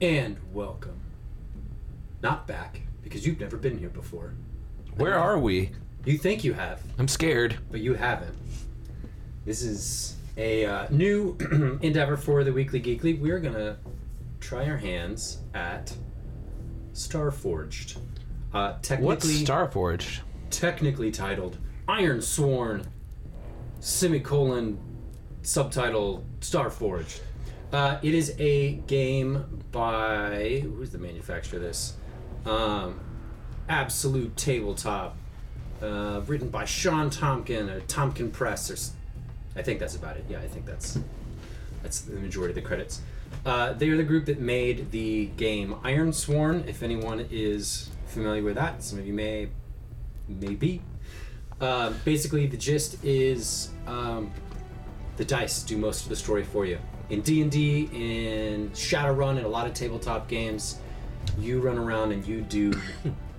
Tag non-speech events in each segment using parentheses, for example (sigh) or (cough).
And welcome. Not back, because you've never been here before. Where are we? You think you have, I'm scared. but you haven't. This is a uh, new (clears throat) endeavor for the Weekly Geekly. We're going to try our hands at Starforged. Uh, technically, (clears throat) What's Starforged? technically titled Iron Sworn, semicolon, subtitle Starforged. Uh, it is a game by who's the manufacturer of this? Um, Absolute Tabletop, uh, written by Sean Tompkin or Tompkin Press, or s- I think that's about it. Yeah, I think that's that's the majority of the credits. Uh, they are the group that made the game Iron Sworn. If anyone is familiar with that, some of you may maybe. Uh, basically, the gist is um, the dice do most of the story for you. In D and D, in Shadowrun, and a lot of tabletop games, you run around and you (laughs) do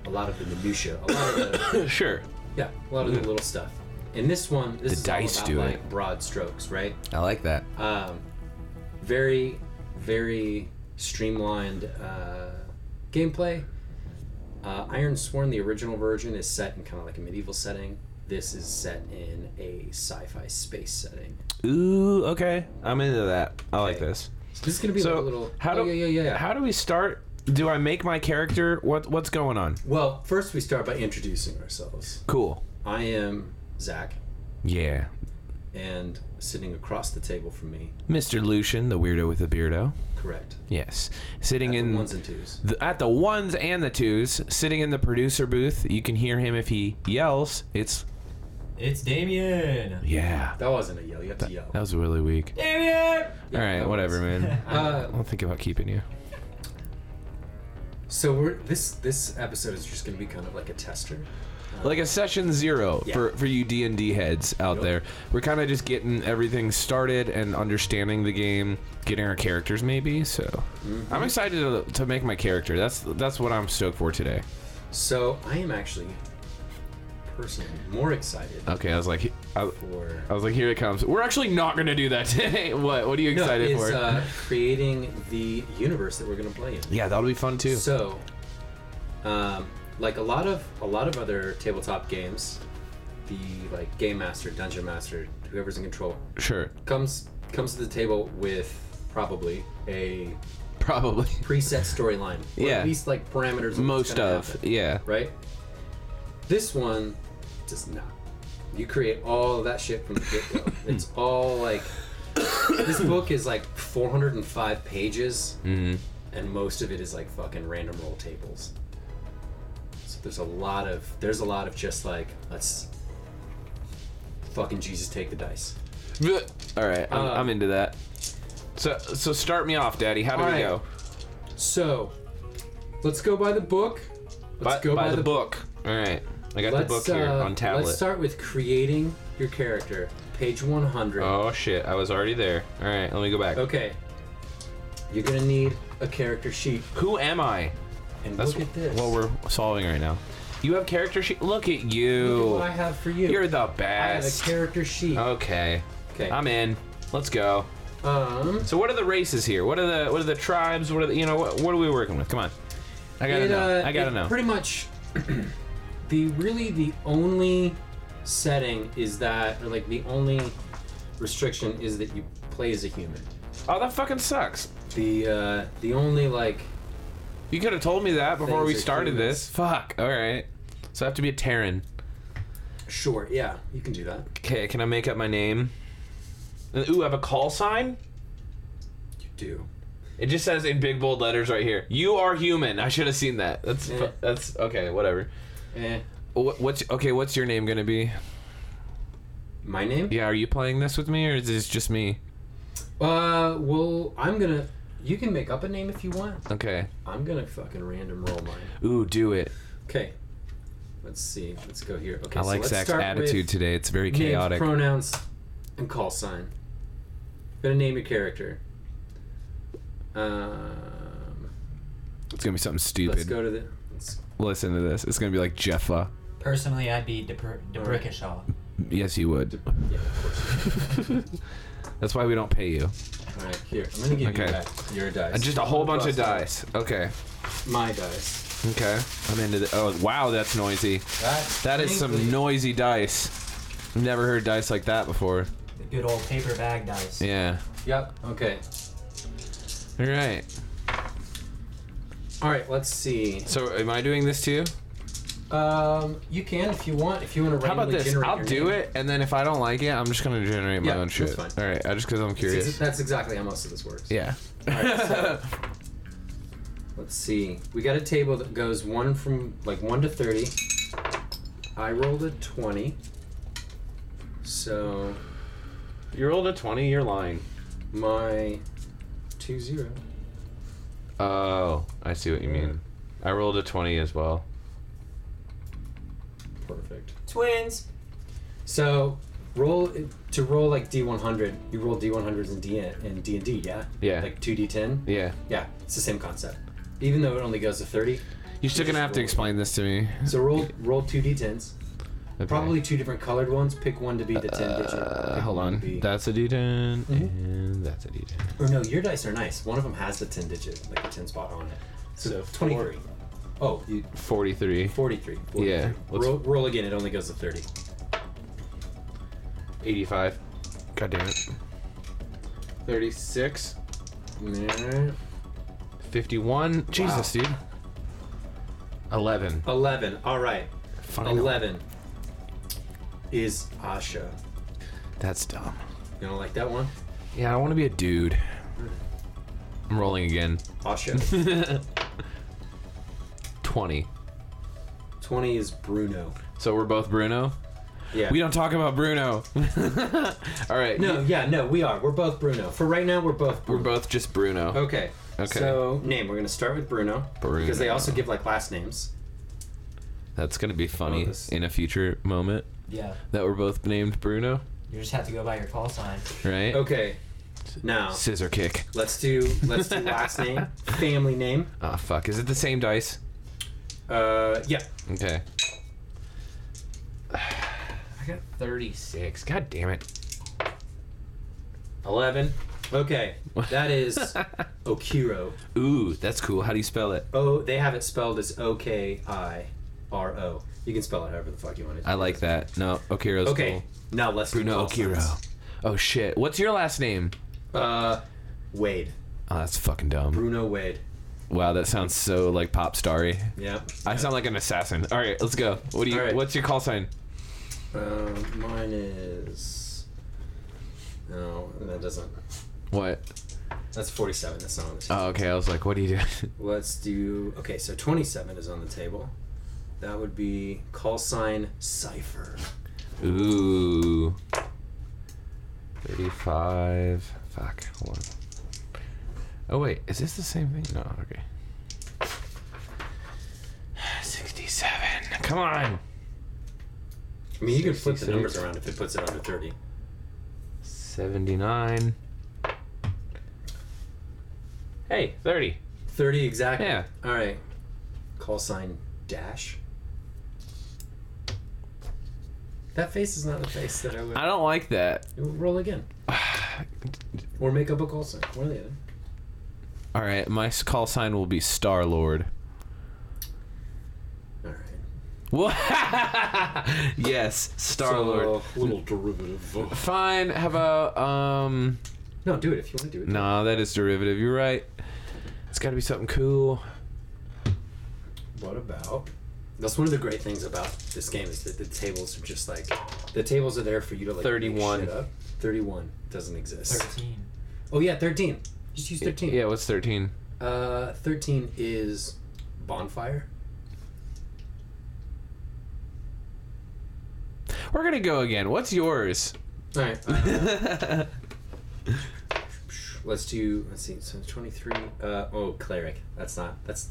a lot of the minutia, a lot of the sure. yeah, a lot of the little stuff. In this one, this is all dice about, do like it. broad strokes, right? I like that. um, very, very streamlined uh, gameplay. Uh, Iron Sworn, the original version, is set in kind of like a medieval setting. This is set in a sci-fi space setting. Ooh, okay. I'm into that. I like Okay. this. So this is gonna be So a little. how do oh, yeah, yeah, yeah. yeah. how do we start? Do I make my character? What what's going on? well, first we start by introducing ourselves. Cool. I am Zach, Yeah. and sitting across the table from me, Mr. Lucian, the weirdo with the beardo. correct? Yes. Sitting in Ones and twos. the, at the ones and the twos, sitting in the producer booth. You can hear him if he yells. It's It's Damien. yeah. That wasn't a yell. You have to yell. That was really weak. Damien. All right, that (laughs) whatever, man. Uh, I'll think about keeping you. So we're this this episode is just going to be kind of like a tester. like a session zero for, for you d&d heads out there we're kind of just getting everything started and understanding the game getting our characters maybe so Mm-hmm. i'm excited to, to make my character that's that's what i'm stoked for today So I am actually personally more excited okay i was like i, for I was like here it comes we're actually not gonna do that (laughs) today what what are you No, excited is, for uh, creating the universe that we're going to play in. yeah that'll be fun too So, um, like a lot of a lot of other tabletop games, the like game master, dungeon master, whoever's in control sure comes comes to the table with probably a (laughs) probably preset storyline or Yeah. at least like parameters of what's most gonna of happen. yeah right? This one does not. You create all of that shit from the get (laughs) go. it's all like this book is like 405 pages, Mm-hmm. and most of it is like fucking random roll tables. So there's a lot of there's a lot of just like let's fucking Jesus take the dice. all right I'm, Uh, I'm into that so so start me off daddy how do All we right. go So let's go by the book. Let's by, go by, the, book. book. All right, I got the book here uh, on tablet. Let's start with creating your character. Page 100. Oh shit! I was already there. All right, let me go back. Okay. You're gonna need a character sheet. Who am I? And That's look at this. what we're solving right now. You have character sheet. Look at you. What I have for you. You're the I have a best. character sheet. okay, okay. I'm in. Let's go. um, So what are the races here? What are the what are the tribes? What are the you know what, what are we working with? Come on. I gotta it, know. uh, I gotta it know. Pretty much, (clears throat) the really the only setting is that, or like the only restriction is that you play as a human. oh, that fucking sucks. The uh, the only like You could have told me that before Things we are started humans. this. Fuck. All right. So I have to be a Terran. sure, yeah, you can do that. Okay, can I make up my name? And- Ooh, I have a call sign. You do. It just says in big bold letters right here. You are human. I should have seen that. That's fu- Yeah. that's okay. Whatever. Eh. Wh- What's okay? What's your name gonna be? My name? Yeah, are you playing this with me or is this just me? Uh, well, I'm gonna. You can make up a name if you want. Okay. I'm gonna fucking random roll mine. Ooh, do it. Okay. Let's see. Let's go here. Okay. I like so let's Zach's start attitude with today. It's very names, chaotic. pronouns, and call sign. gonna name your character. Um, it's gonna be something let's stupid. go to the. Let's, Listen to this. It's gonna be like Jeffa. Personally, I'd be Debr- Debrickishaw. (laughs) Yes, you would. yeah, of course. that's why we don't pay you. All right, here. I'm gonna give Okay. you that. Your dice. Uh, Just a whole bunch Plus of dice. Okay. My dice. Okay. I'm into the. Oh, wow, that's noisy. That, That is some noise. noisy dice. I've never heard dice like that before. The good old paper bag dice. Yeah. Yep. Okay. All right. All right. Let's see. So, am I doing this too? Um, you can if you want. If you want to How about randomly this? generate I'll your do name. it, and then if I don't like it, I'm just gonna generate my Yeah, own that's shit. fine. All right. I just because I'm It's- it's- curious. That's exactly how most of this works. Yeah. Let's see. We got a table that goes one from like one to thirty. I rolled a twenty. So You rolled a twenty. You're lying. my two zero. Oh, I see what you mean. I rolled a twenty as well. Perfect. Twins. So roll to roll like D one hundred. You roll D one hundreds and D and D and D. Yeah. Yeah. Like two D ten. Yeah. Yeah. It's the same concept. Even though it only goes to thirty. You're still gonna have to explain this to me. So roll roll two D tens. Okay. Probably two different colored ones. Pick one to be the ten digit. Uh, Pick hold one to on. be- Mm-hmm. That's a D10, and that's a D10. Or no, your dice are nice. One of them has the 10 digit, like the 10 spot on it. So 23. Oh, you, Forty-three. 43. 43. Yeah, let's- Roll, roll again, it only goes to 30. 85. God damn it. 36. Nah. 51. Jesus, dude. 11. 11. All right. Final. 11 is Asha. That's dumb. You don't like that one? Yeah, I want to be a dude. I'm rolling (laughs) again. Asha. 20. 20 is Bruno. So we're both Bruno? Yeah. We don't talk about Bruno. (laughs) All right. No, yeah, no, we are. We're both Bruno. For right now, we're both We're Bruno. both just Bruno. Okay. Okay. So, name. We're going to start with Bruno, Because they Bruno. also give, like, last names. That's going to be funny Oh, this- in a future moment Yeah. that we're both named Bruno, You just have to go by your call sign. right? Okay. Now, Scissor kick. let's do let's do last (laughs) name, family name. Ah, fuck. Is it the same dice? Uh, yeah. Okay. I got 36. God damn it. 11. Okay. That is (laughs) Okiro. (laughs) Ooh, that's cool. How do you spell it? Oh, they have it spelled as O K I R O. You can spell it however the fuck you want it. I like that. No, Okiro's Okay. cool. Now let's do Bruno call Okiro. signs. Oh shit. What's your last name? Uh, Wade. Oh, that's fucking dumb. Bruno Wade. Wow, that sounds so like pop starry. Yeah. I sound like an assassin. All right, let's go. What do you? All right. What's your call sign? Um, mine is. No, that doesn't. What? That's forty-seven. That's not on the table. Oh, okay. I was like, what do (laughs) you do? Let's do. Okay, so twenty-seven is on the table. That would be call sign cipher. Ooh. 35. Fuck. Hold on. Oh, wait. Is this the same thing? No, okay. 67. Come I on. mean, you can flip the 66. numbers around if it puts it under thirty. 79. Hey, 30. 30 exactly. Yeah. All right. Call sign dash. That face is not the face that I would I don't like that. roll (sighs) again. Or make up a call sign. One or the other. All right, my s- call sign will be Star Lord. All right. (laughs) yes, Star Oh, Lord. So, little derivative. Fine. How about um? No, do it if you want to do it. Nah, that is derivative. You're right. It's got to be something cool. What about? That's one of the great things about this game is that the tables are just like the tables are there for you to like make 31. shit up. Thirty-one doesn't exist. Thirteen. Oh yeah, thirteen. Just use thirteen. Yeah, what's 13? Uh, 13 is bonfire. We're going to go again. What's (laughs) yours? All right. Uh, (laughs) That's let's do. Let's see. So 23. Uh, oh, cleric. That's not. That's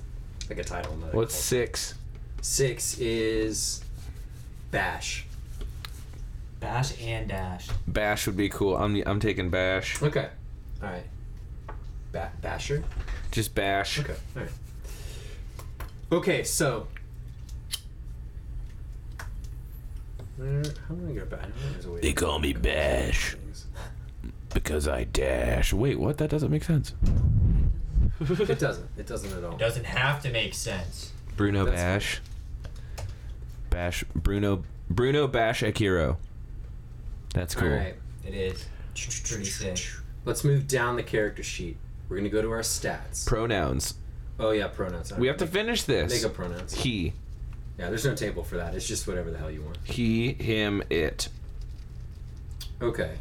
like a title. not a what's cult. 6? six? Is bash. Bash and dash. Bash would be cool. I'm I'm taking bash. Okay. All right. Ba- basher. Just bash. Okay. All right. Okay. So. Where- How am I gonna go back? I don't know, there's a way to me bash. things. Because I dash. Wait, what? That doesn't make sense. It doesn't. It doesn't at all. Doesn't have to make sense. Bruno That's- Bash. Bash Bruno Bruno Bash Akiro. That's cool. All right. It is. Pretty sick. Let's move down the character sheet. We're gonna go to our stats. Pronouns. oh yeah, pronouns. We have to finish this. make up pronouns. He, Yeah, there's no table for that. It's just whatever the hell you want. he, him, it. Okay.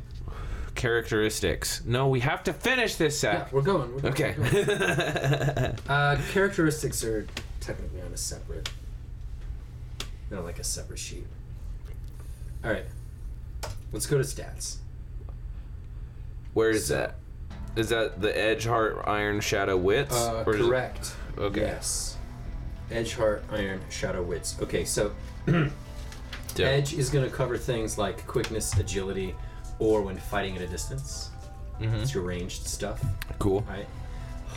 Characteristics. No, we have to finish this Yeah, set. we're going. We're going Uh, Okay. (laughs) we're going. Uh, characteristics are technically on a separate. They're on like a separate sheet. All right. Let's go to stats. Where is that? Is that the Edge Heart Iron Shadow Wits? Uh, Or is it- correct. Okay. Yes. Edge, heart, iron, shadow, wits. Okay, so Yeah. edge is going to cover things like quickness, agility, or when fighting at a distance. Mm-hmm. It's your ranged stuff. Cool. Right.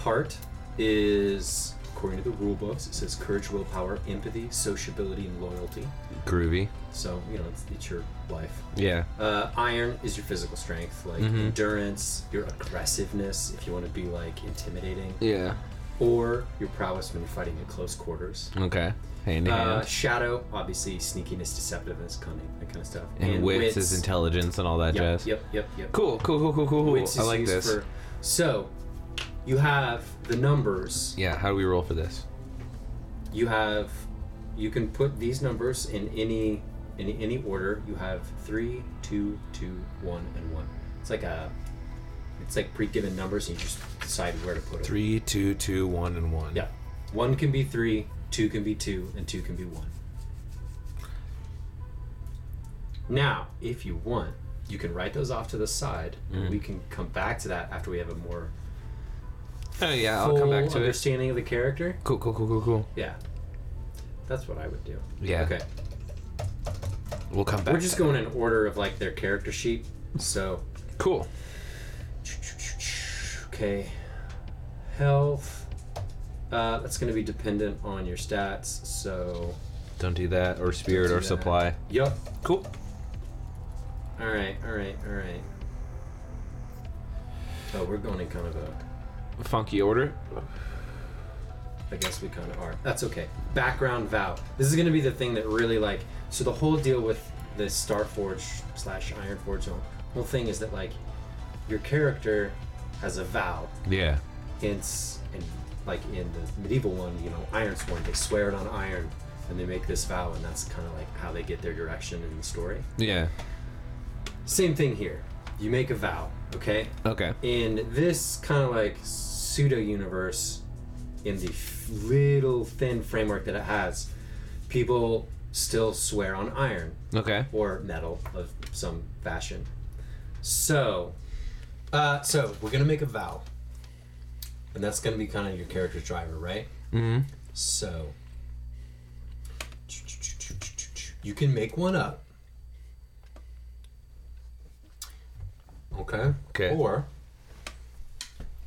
Heart is, according to the rule books, it says courage, willpower, empathy, sociability, and loyalty. Groovy. So you know it's, it's your life. Yeah. Uh, iron is your physical strength, like Mm-hmm. endurance, your aggressiveness, if you want to be like intimidating, Yeah. or your prowess when you're fighting at close quarters. Okay. Hand to Uh, hand. shadow, obviously sneakiness, deceptiveness, cunning, that kind of stuff. And, wits, is intelligence and all that Yep, jazz. yep, yep, yep. Cool. Cool. Cool. Cool. Cool. Wits I is like used this. for- so, you have the numbers. Yeah. How do we roll for this? You have, you can put these numbers in any in any order. You have three, two, two, one, and one. It's like a, it's like pre-given numbers, and you just decide where to put them. Three, two, two, one, and one. Yeah. One can be three, two can be two, and two can be one. Now, if you want, you can write those off to the side, and Mm-hmm. we can come back to that after we have a more Oh yeah. full I'll come back to it. understanding of the character. Cool. Cool. Cool. Cool. Cool. Yeah. That's what I would do. Yeah. Okay. We'll come back. We're just going in order of like their character sheet. So, Cool. okay. Health. Uh, that's going to be dependent on your stats. So, Don't do that. Or spirit do or that. supply. yup. Cool. All right, all right, all right. Oh, we're going in kind of a. Funky order. I guess we kind of are. That's okay. Background vow. This is going to be the thing that really like. So the whole deal with the Starforge slash Ironforge whole- whole thing is that like, your character has a vow. Yeah. Hence, and like in the medieval one, you know, Ironsworn, they swear it on iron, and they make this vow, and that's kind of like how they get their direction in the story. Yeah. Same thing here. You make a vow, okay? Okay. in this kind of like pseudo universe, in the f- little thin framework that it has, people still swear on iron Okay. or metal of some fashion. So, uh, so we're gonna make a vow, and that's gonna be kind of your character's driver, right? Mhm. So, you can make one up. Okay. Okay. Or,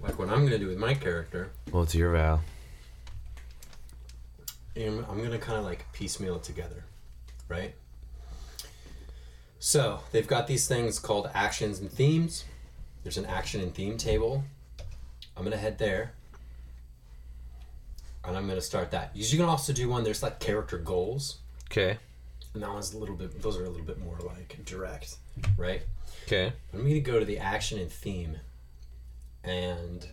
like what I'm gonna do with my character, What's your vow? I'm I'm gonna kind of like piecemeal it together, right? So they've got these things called actions and themes. There's an action and theme table. I'm gonna head there, and I'm gonna start that. You can also do one. There's like character goals, Okay. and that one's a little bit. Those are a little bit more like direct, right? Okay. I'm gonna go to the action and theme, and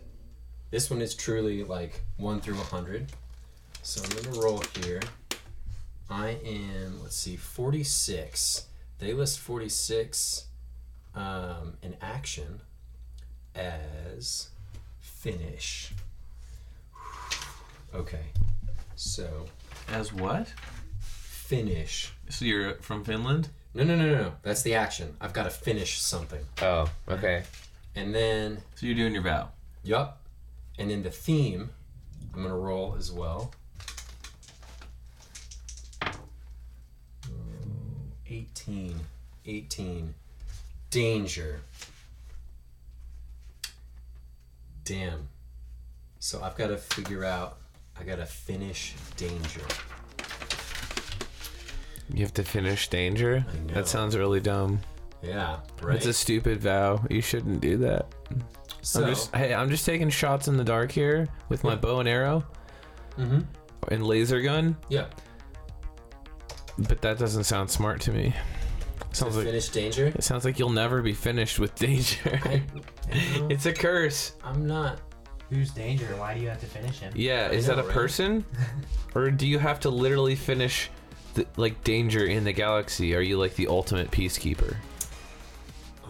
this one is truly like one through a hundred. So I'm gonna roll here. I am let's see, 46. They list 46 um, in action as finish. Okay, so As what? finish. So you're from Finland? No, no, no, no, no. That's the action. I've got to finish something, Oh, okay. and then So you're doing your vow. Yup. And then the theme, I'm gonna roll as well. Mm, 18. 18. Danger. Damn. So I've gotta figure out I gotta finish danger. You have to finish danger? know. That sounds really dumb. Yeah, right. It's a stupid vow. You shouldn't do that. so, I'm just hey, I'm just taking shots in the dark here with my bow and arrow Mhm. and laser gun, yeah, but that doesn't sound smart to me. Sounds like finish danger. it sounds like you'll never be finished with danger. (laughs) I, it's a curse. I'm not. Who's danger? Why do you have to finish him? Yeah, is know, that a right? (laughs) person? or do you have to literally finish the, like danger in the galaxy? Are you like the ultimate peacekeeper?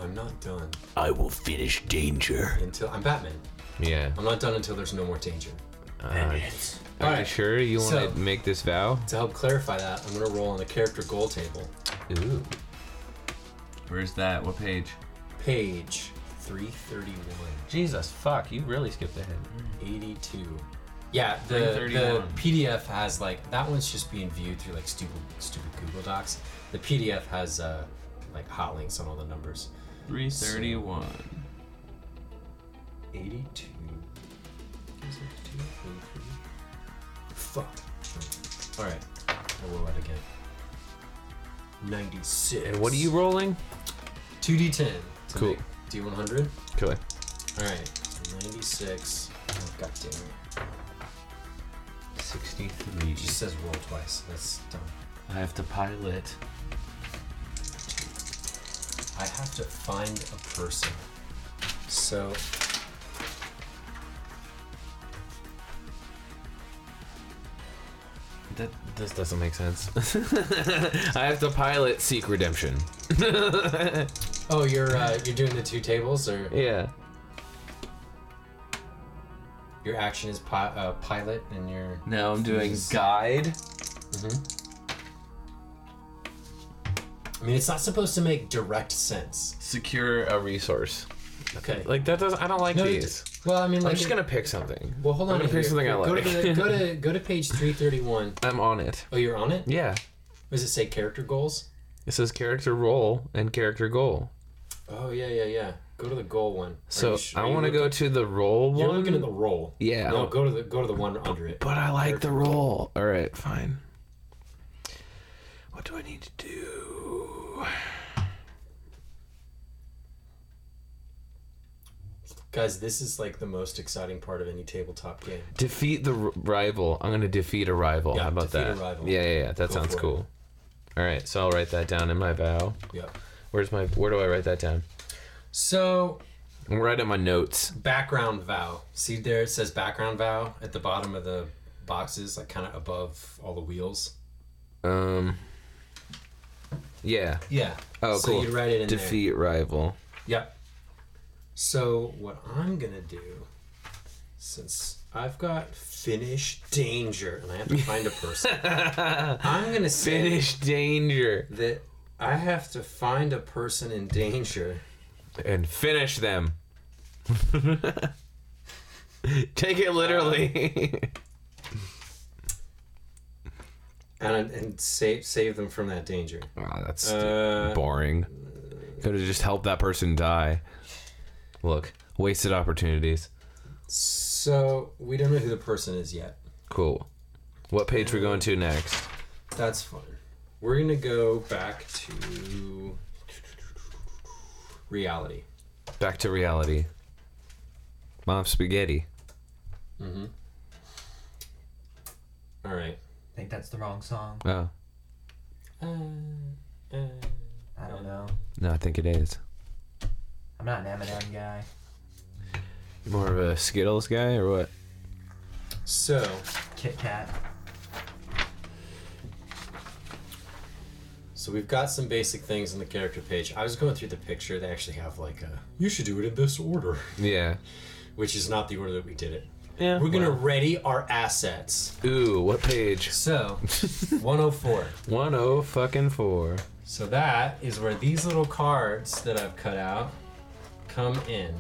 I'm not done I will finish danger. until I'm Batman. Yeah. I'm not done until there's no more danger. Uh, All are you right. sure you want so- to make this vow? To help clarify that, I'm gonna roll on the character goal table, Ooh. Where's that? What page? page 331, Jesus, fuck! You really skipped ahead. 82. Yeah, the, 331. the PDF has like that one's just being viewed through like stupid stupid Google Docs. The PDF has uh, like hot links on all the numbers. 331. 82. Is it two, three, three? Fuck. Alright, I'll roll that again. 96. And what are you rolling? 2d10. to Cool. make D100? Okay. Alright, 96. Oh, God damn it. 63. It just says roll twice. That's dumb. I have to pilot. I have to find a person. So. That this doesn't make sense. (laughs) I have to pilot seek redemption. Oh, you're uh, you're doing the two tables, or Yeah. your action is pi- uh, pilot, and your Now I'm doing guide. I mean, it's not supposed to make direct sense. Secure a resource. Okay. Like that does. I don't like No, it- these. well, I mean, like I'm just it- gonna pick something. Well, hold on. I'm gonna here. pick something I go like. To the, go (laughs) to go to page three thirty one. I'm on it. Oh, you're on it. Yeah. Does it say character goals? It says character role and character goal. Oh yeah, yeah, yeah. Go to the goal one. Are So you sh- I are you want to go looking- to the role You're one. looking at the roll. Yeah. No, go to the go to the one under it. But I like the role. All right, fine. What do I need to do? Guys, this is like the most exciting part of any tabletop game. Defeat the r- rival. I'm gonna defeat a rival. Yeah, How about defeat a that? rival. Yeah, yeah, yeah. That Go sounds for it. cool. All right, so I'll write that down in my vow. Yep. Where's my? Where do I write that down? So I'm gonna write it in my notes. background vow. See there, it says background vow at the bottom of the boxes, like kind of above all the wheels. Um. Yeah. Yeah. Oh, so cool. you write it in there. defeat rival. Yep. So what I'm gonna do, since I've got finish danger and I have to find a person, (laughs) I'm gonna say Finish danger that I have to find a person in danger. and finish them. (laughs) Take it literally. (laughs) And, and save save them from that danger. Ah, that's Uh, boring. Could have just helped that person die. Look, wasted opportunities. so we don't know who the person is yet. Cool. What page we going to next? That's fine. We're gonna go back to reality. Back to reality. Mom spaghetti. Mm-hmm. All right. I think that's the wrong song. Oh Uh, uh, I don't know. no, I think it is. I'm not an Eminem guy. You more of a Skittles guy or what? so Kit Kat. So we've got some basic things on the character page. I was going through the picture. They actually have like a you should do it in this order, Yeah. (laughs) which is not the order that we did it. Yeah. We're gonna ready our assets. Ooh, what page? (laughs) So 104. One oh fucking four. So that is where these little cards that I've cut out come in.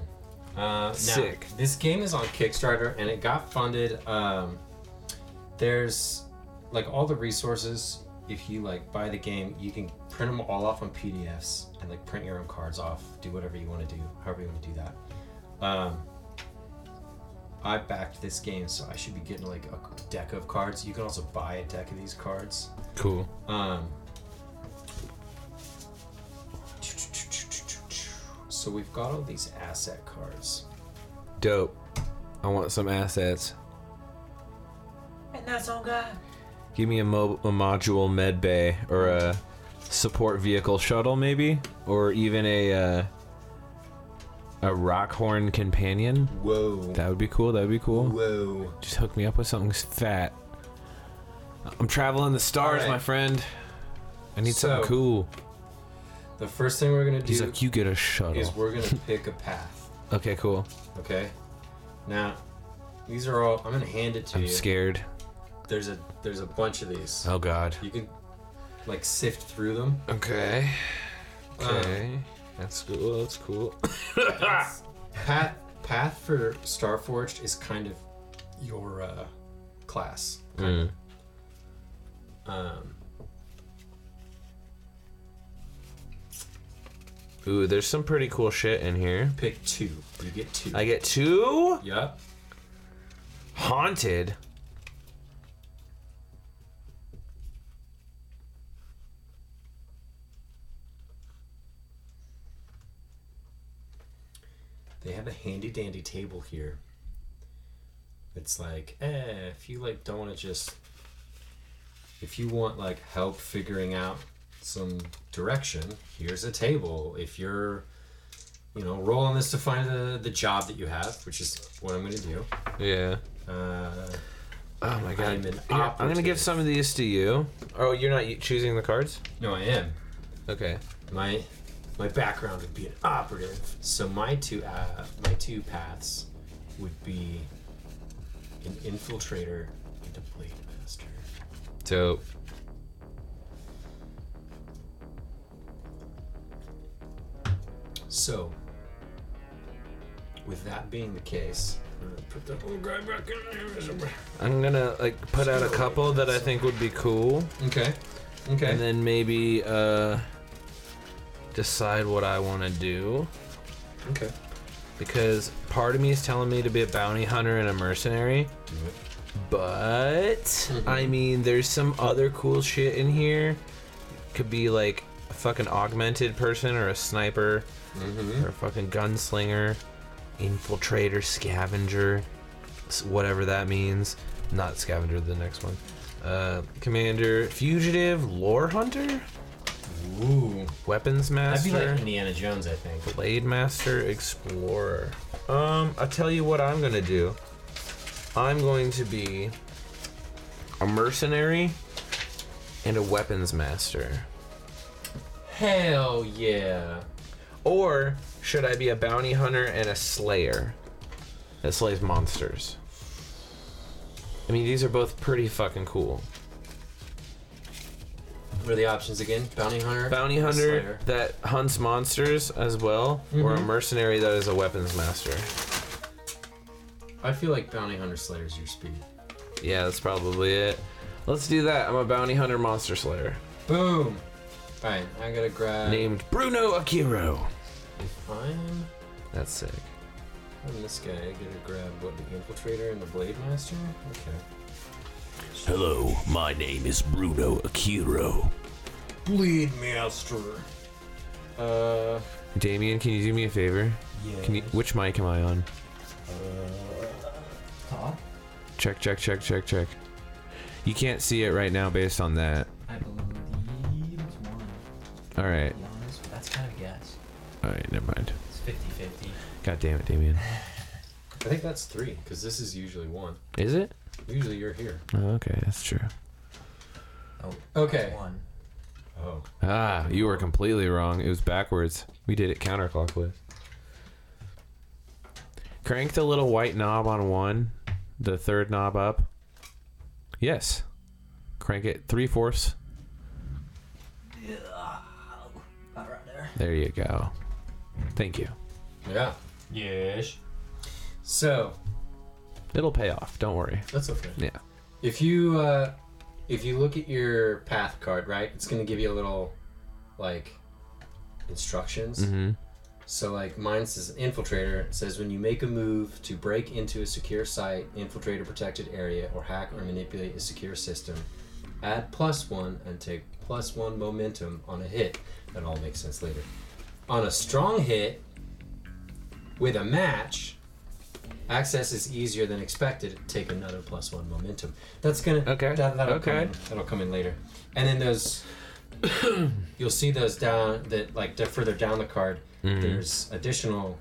Uh, now, Sick. This game is on Kickstarter and it got funded. Um, there's like all the resources. If you like buy the game, you can print them all off on PDFs and like print your own cards off. Do whatever you want to do, however you want to do that. Um, I backed this game, so I should be getting like a deck of cards. You can also buy a deck of these Um, cards. Cool. Um, So we've got all these asset cards. Dope. I want some assets. And that's all, guy. Give me a, mo- a module med bay or a support vehicle shuttle, maybe, or even a uh, a rockhorn companion. Whoa. That would be cool. That would be cool. Whoa. Just hook me up with something s- fat. I'm traveling the stars, Alright. my friend. I need So- something cool. The first thing we're gonna He's do like, you get a is shuttle. we're (laughs) gonna pick a path. Okay, cool. Okay. Now, these are all. I'm gonna hand it to I'm you. scared. There's a there's a bunch of these. Oh God. You can like sift through them. (coughs) Okay. Okay. That's cool. That's (clears throat) cool. Path path for Starforged is kind of your uh, class. Hmm. kind of. Um, Ooh, there's some pretty cool shit in here. pick two. You get two. I get two Yep. haunted. They have a handy dandy table here. It's like, eh, if you like don't want to just if you want like help figuring out some direction, here's a table. If you're you know, roll on this to find the, the job that you have, which is what I'm gonna do. Yeah. Uh, Oh my god. I'm an Here, I'm gonna operative. give some of these to you. Oh, you're not y- choosing the cards? no, I am. Okay. My my background would be an operative, so my two uh, my two paths would be an infiltrator and a blade master. So So, with that being the case, I'm gonna put the little guy back in there. somewhere. I'm gonna like put out a couple that I think would be cool, Okay. Okay. and then maybe uh decide what I want to do. okay. Because part of me is telling me to be a bounty hunter and a mercenary. But Mm-hmm. I mean, there's some other cool shit in here. Could be like a fucking augmented person or a sniper Mm-hmm. or Mm. a fucking gunslinger, infiltrator, scavenger, s- whatever that means. Not scavenger, the next one. Uh, commander, fugitive, lore hunter, Ooh. weapons That'd master, be like Indiana Jones, I think. blade master, explorer. Um, I'll tell you what I'm gonna do. I'm going to be a mercenary and a weapons master. Hell yeah. Or should I be a bounty hunter and a slayer that slays monsters? I mean, these are both pretty fucking cool. What are the options again? Bounty hunter. Bounty and hunter Slayer. that hunts monsters as well, or a mercenary that is a weapons master. I feel like bounty hunter slayer's your speed. Yeah, that's probably it. Let's do that. I'm a bounty hunter monster slayer Boom. All right, I gotta grab. named Bruno Akiro. If I'm That's sick. I'm this guy. I gotta grab what the infiltrator and the blade master. Okay. Hello, my name is Bruno Akiro. Blade master. Uh. Damien, can you do me a favor? Yeah. Can you, which mic am I on? uh, Todd? Check, check, check, check, check. You can't see it right now based on that. I believe it's one. All right. To be honest, that's kind of a guess. All right, never mind. It's 50 50. God damn it, Damien. I think that's three, because this is usually one. Is it? Usually you're here. Oh, okay, that's true. Oh, Okay. one. Oh. Ah, you were completely wrong. It was backwards. We did it counterclockwise. Crank the little white knob on one, the third knob up. Yes. Crank it three fourths. Not right there. There you go. Thank you. Yeah. Yes. So It'll pay off. Don't worry. that's okay. Yeah. If you uh, if you look at your path card, right, it's gonna give you a little like instructions. Mhm. So like mine says infiltrator it says when you make a move to break into a secure site, infiltrate a protected area, or hack or manipulate a secure system, add plus one and take plus one momentum on a hit. That all makes sense later. On a strong hit, With a match, access is easier than expected. Take another plus one momentum. That's gonna Okay, That, that'll okay. Come in. That'll come in later. And then those, you'll see those down that like they're further down the card. Mm-hmm. There's additional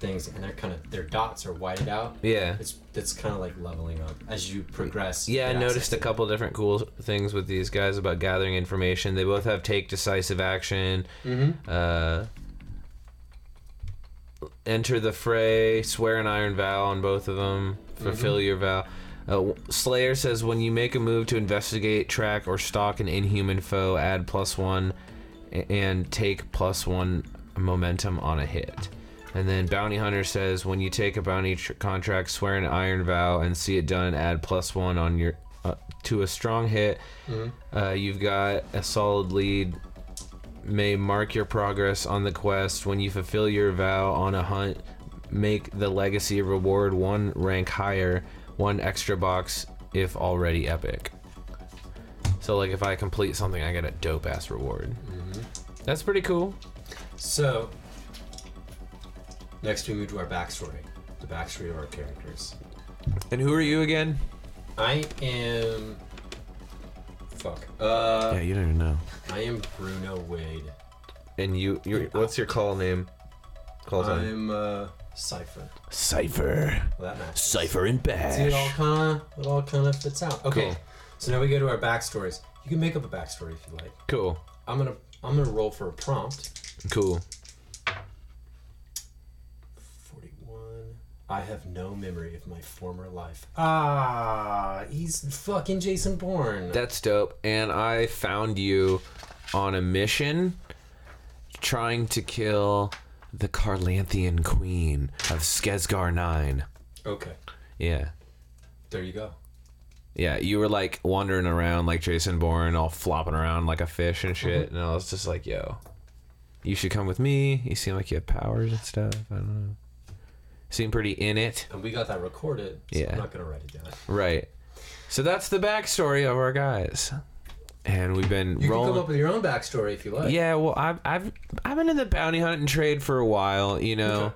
things, and they're kind of their dots are whited out. Yeah. It's that's kind of like leveling up as you progress. Yeah, I the noticed a access. couple different cool things with these guys about gathering information. They both have take decisive action, uh, enter the fray, swear an iron vow on both of them, fulfill your vow. Uh, w- Slayer says when you make a move to investigate, track, or stalk an inhuman foe, add plus one a- and take plus one momentum on a hit. And then Bounty Hunter says, when you take a bounty tr- contract, swear an iron vow and see it done. Add plus one on your uh, to a strong hit. Uh, you've got a solid lead. May mark your progress on the quest. When you fulfill your vow on a hunt, make the legacy reward one rank higher, one extra box if already epic. So like if I complete something, I get a dope ass reward. That's pretty cool. So, next we move to our backstory, the backstory of our characters. And who are you again? I am. Fuck. Uh, Yeah, you don't even know. I am Bruno Wade. And you, you what's your call name? Call sign. I'm uh, Cipher. Cypher. Well, that matches. Cypher and See, it all Bash. kind of it all kind of fits out. Okay. Cool. So now we go to our backstories. You can make up a backstory if you like. Cool. I'm gonna I'm gonna roll for a prompt. Cool. Forty-one. I have no memory of my former life. Ah, he's fucking Jason Bourne. That's dope. And I found you on a mission trying to kill the Carlanthian queen of Skezgar 9. okay. Yeah. There you go. Yeah, you were like wandering around like Jason Bourne, all flopping around like a fish and shit. Mm-hmm. And I was just like, yo, you should come with me. You seem like you have powers and stuff. I don't know. Seem pretty in it. And we got that recorded. So Yeah. I'm not gonna write it down. Right. So that's the backstory of our guys, and we've been You can come up rolling. with your own backstory if you like. Yeah, well, I've I've I've been in the bounty hunting trade for a while, you know,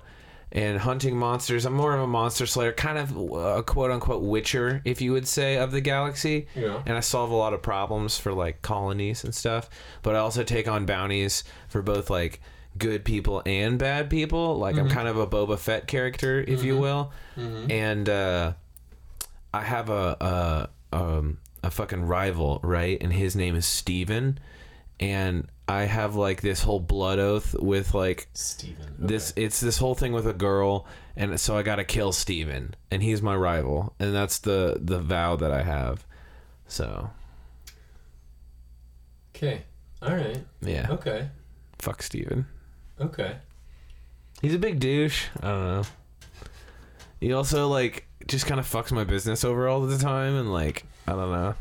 and hunting monsters. I'm more of a monster slayer, kind of a quote unquote Witcher, if you would say, of the galaxy. Yeah. And I solve a lot of problems for like colonies and stuff, but I also take on bounties for both like good people and bad people. Like I'm kind of a Boba Fett character, if you will, and. uh I have a a um a fucking rival, right? And his name is Steven. And I have like this whole blood oath with like Steven. this it's this whole thing with a girl and so I got to kill Steven and he's my rival and that's the the vow that I have. So, Okay. All right. yeah. Okay. Fuck Steven. Okay. He's a big douche. I don't know. He also like just kind of fucks my business over all the time, and like I don't know.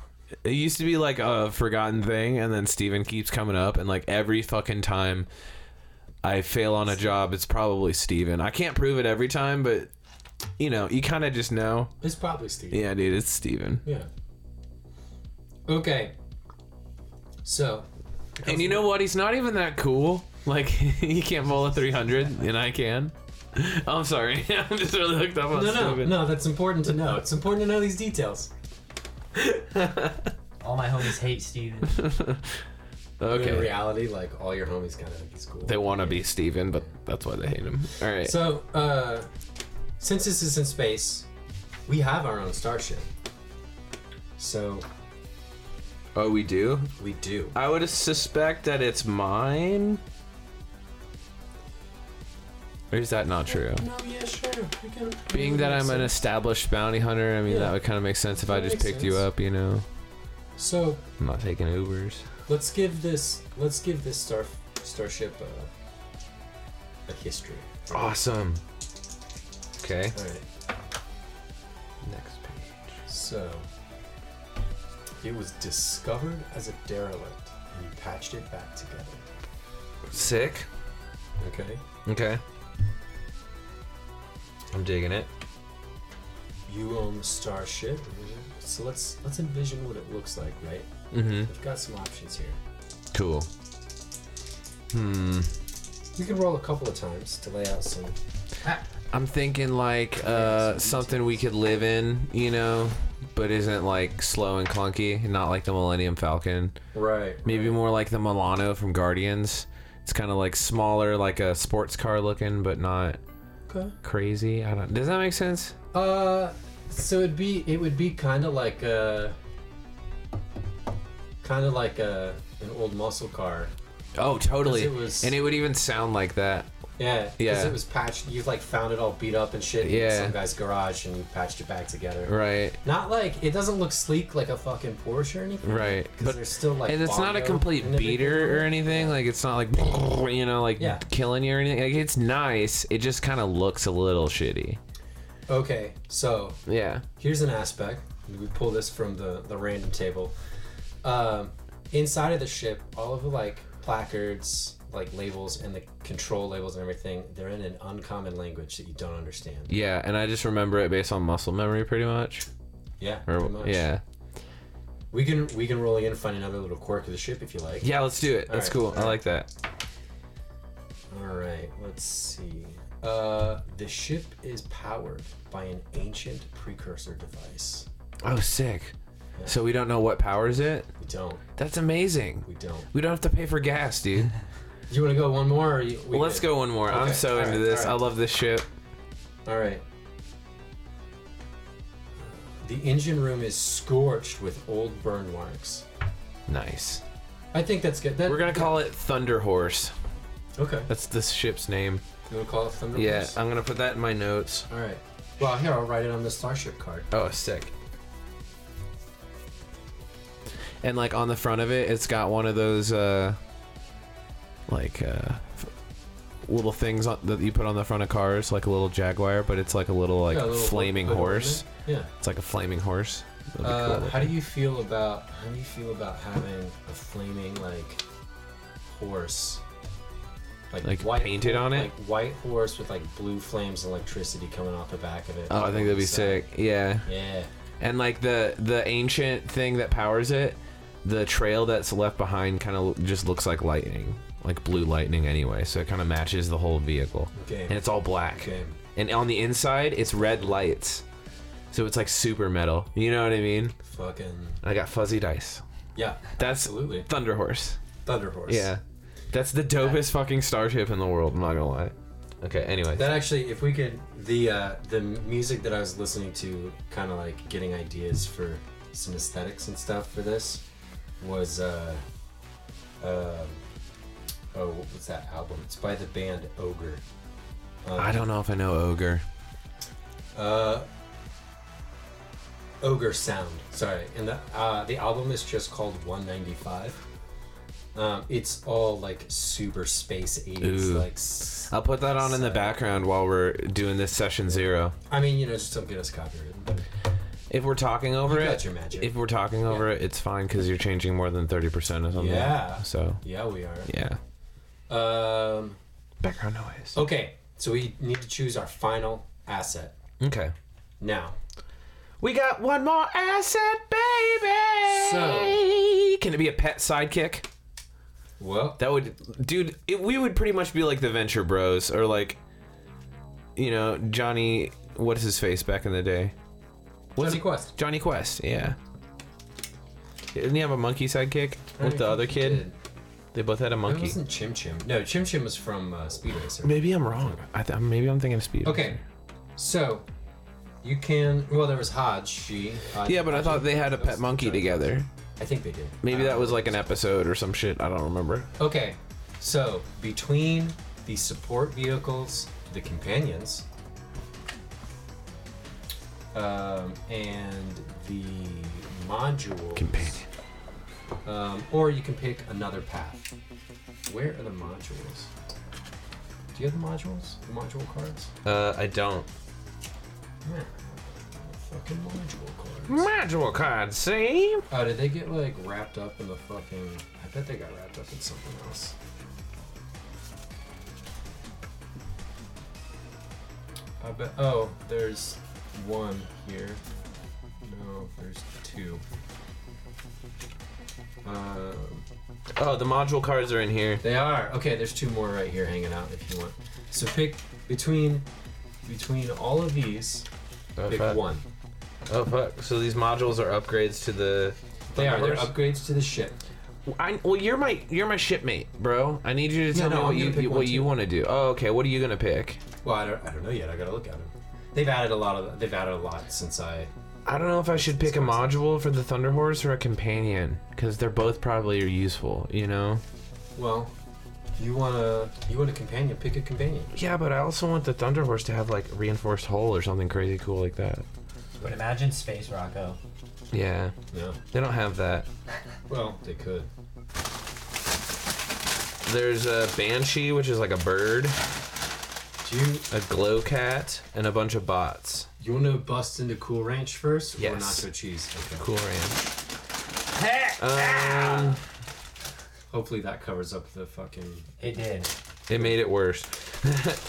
It used to be like a forgotten thing, and then Steven keeps coming up, and like every fucking time I fail on a job, it's probably Steven. I can't prove it every time, but you know, you kind of just know. It's probably Steven. Yeah, dude, it's Steven. Yeah. Okay. So, And you know what? He's not even that cool. Like (laughs) he can't roll a 300, and I can. I'm sorry. (laughs) I'm just really hooked up on no, no, Steven. no, that's important to know. It's important to know these details. All my homies hate Steven. (laughs) Okay. In reality, like all your homies kind of think it's cool. They want to be Steven, but that's why they hate him. All right. So, uh, since this is in space, we have our own starship. So oh, we do? we do. I would suspect that it's mine. Or is that not true? No, yeah, sure. We can, Being that I'm an established bounty hunter, I mean, Yeah. that would kind of make sense if I That just makes picked you sense. up, you know? So I'm not taking Ubers. let's give this let's give this star starship a, a history. Awesome. Okay. All right. Next page. So, it was discovered as a derelict, and you patched it back together. Sick. Okay. Okay. I'm digging it. You own the starship. So let's let's envision what it looks like, right? Mm hmm. We've got some options here. Cool. Hmm. You can roll a couple of times to lay out some. Ah, I'm thinking like uh, something we could live in, you know, but isn't like slow and clunky, not like the Millennium Falcon. Right. Maybe more like the Milano from Guardians. It's kind of like smaller, like a sports car looking, but not Okay. crazy. I don't. Does that make sense? Uh, so it'd be it would be kind of like a kind of like a an old muscle car. Oh, totally. 'Cause it was- and it would even sound like that. Yeah. 'cause Yeah. it was patched. You like found it all beat up and shit in Yeah. some guy's garage and patched it back together. Right. Not like it doesn't look sleek like a fucking Porsche or anything. Right. Because there's still like. and it's not a bongo complete and everything. beater or anything. Like it's not like you know, like (laughs) Yeah. killing you or anything. Like it's nice. It just kind of looks a little shitty. Okay, so Yeah. here's an aspect. We pull this from the the random table. Um, inside of the ship, all of the like placards, like labels, and the control labels and everything, they're in an uncommon language that you don't understand. Yeah, and I just remember it based on muscle memory pretty much. Yeah, Or pretty much. yeah. We can we can roll again and find another little quirk of the ship if you like. Yeah, let's do it. All That's right. cool. I like that. All right, let's see. Uh, the ship is powered by an ancient precursor device. Oh, sick. So we don't know what powers it? We don't. That's amazing. We don't. We don't have to pay for gas, dude. You want to go one more? Or you, (laughs) we Well, let's good? go one more. I'm Okay, so all into right, this. all right. I love this ship. All right. The engine room is scorched with old burn marks. Nice. I think that's good. That, We're gonna call it Thunder Horse. Okay. That's this ship's name. You want to call it Thunder Yeah, um, Horse? I'm gonna put that in my notes. All right. Well, here I'll write it on the starship card. Oh, sick. And like on the front of it, it's got one of those uh like uh f- little things on, that you put on the front of cars, like a little Jaguar, but it's like a little like Yeah, a little flaming hood ornament. horse. Yeah. It's like a flaming horse. That'd be Uh, cool. how do you feel about how do you feel about having a flaming like horse, Like, painted on it? like white horse with like blue flames and electricity coming off the back of it? Oh, I think that'd be sick. Yeah. Yeah. And like the the ancient thing that powers it, the trail that's left behind kind of just looks like lightning, like blue lightning anyway. So it kind of matches the whole vehicle. Okay. And it's all black. Okay. And on the inside, it's red lights. So it's like super metal. You know what I mean? Fucking I got fuzzy dice. yeah. That's Absolutely. Thunder Horse. Thunder horse. Yeah. That's the dopest fucking starship in the world. I'm not gonna lie. Okay. Anyway. That actually, if we could, the uh, the music that I was listening to, kind of like getting ideas for some aesthetics and stuff for this, was uh, um oh, what was that album? It's by the band Ogre. I don't know if I know Ogre. Uh, Ogre Sound. Sorry, and the uh, the album is just called 195. Um, it's all like super space 80s, Ooh. like. s- I'll put that on in the background while we're doing this session zero. I mean, you know, just don't get us copyrighted. but- If we're talking over You it, got your magic. if we're talking over it, it's fine because you're changing more than thirty percent of something. Yeah. So Yeah, we are. yeah. Um, Background noise. okay, so we need to choose our final asset Okay. now. We got one more asset, baby. So- can it be a pet sidekick? Well, That would, dude. It, we would pretty much be like the Venture Bros, or like, you know, Johnny. What is his face back in the day? What's Johnny it- Quest. Johnny Quest. Yeah. Didn't he have a monkey sidekick with the other kid? They both had a It monkey. wasn't Chim Chim. No, Chim Chim was from uh, Speed Racer. Maybe I'm wrong. I th- maybe I'm thinking of Speed. Okay, so you can. Well, there was Hodge. She. Hodge- Yeah, but I thought they had a pet monkey together. I think they did. Uh, Maybe that was like an episode or some shit. I don't remember. Okay, so between the support vehicles, the companions, um, and the modules. Companion. Um, or you can pick another path. Where are the modules? Do you have the modules? The module cards? Uh, I don't. Yeah. Fucking module cards. Module card, see? Oh, did they get like wrapped up in the fucking. I bet they got wrapped up in something else. I bet. Oh, there's one here. No, there's two. Um. Oh, the module cards are in here. They are. Okay, there's two more right here hanging out if you want. So pick between between all of these, Oh, pick fuck. one. Oh fuck! So these modules are upgrades to the. They are. They're Thunders? upgrades to the ship. I, well, you're my you're my shipmate, bro. I need you to Yeah, tell no, me I'm what gonna you, pick you one what you too. want to do. Oh, okay. What are you gonna pick? Well, I don't, I don't know yet. I gotta look at them. They've added a lot of. They've added a lot since I. I don't know if I should pick a module for the Thunder Horse or a companion, because they're both probably are useful. You know. Well, you wanna you want a companion? Pick a companion. Yeah, but I also want the Thunder Horse to have like reinforced hull or something crazy cool like that. But imagine Space Rocco. Yeah, No. they don't have that. Well, they could. There's a banshee, which is like a bird, Do you a glow cat, and a bunch of bots. you wanna bust into Cool Ranch first? Or Yes. Nacho cheese. Okay. Cool ranch. Um, Hopefully that covers up the fucking. It did. It made it worse. (laughs)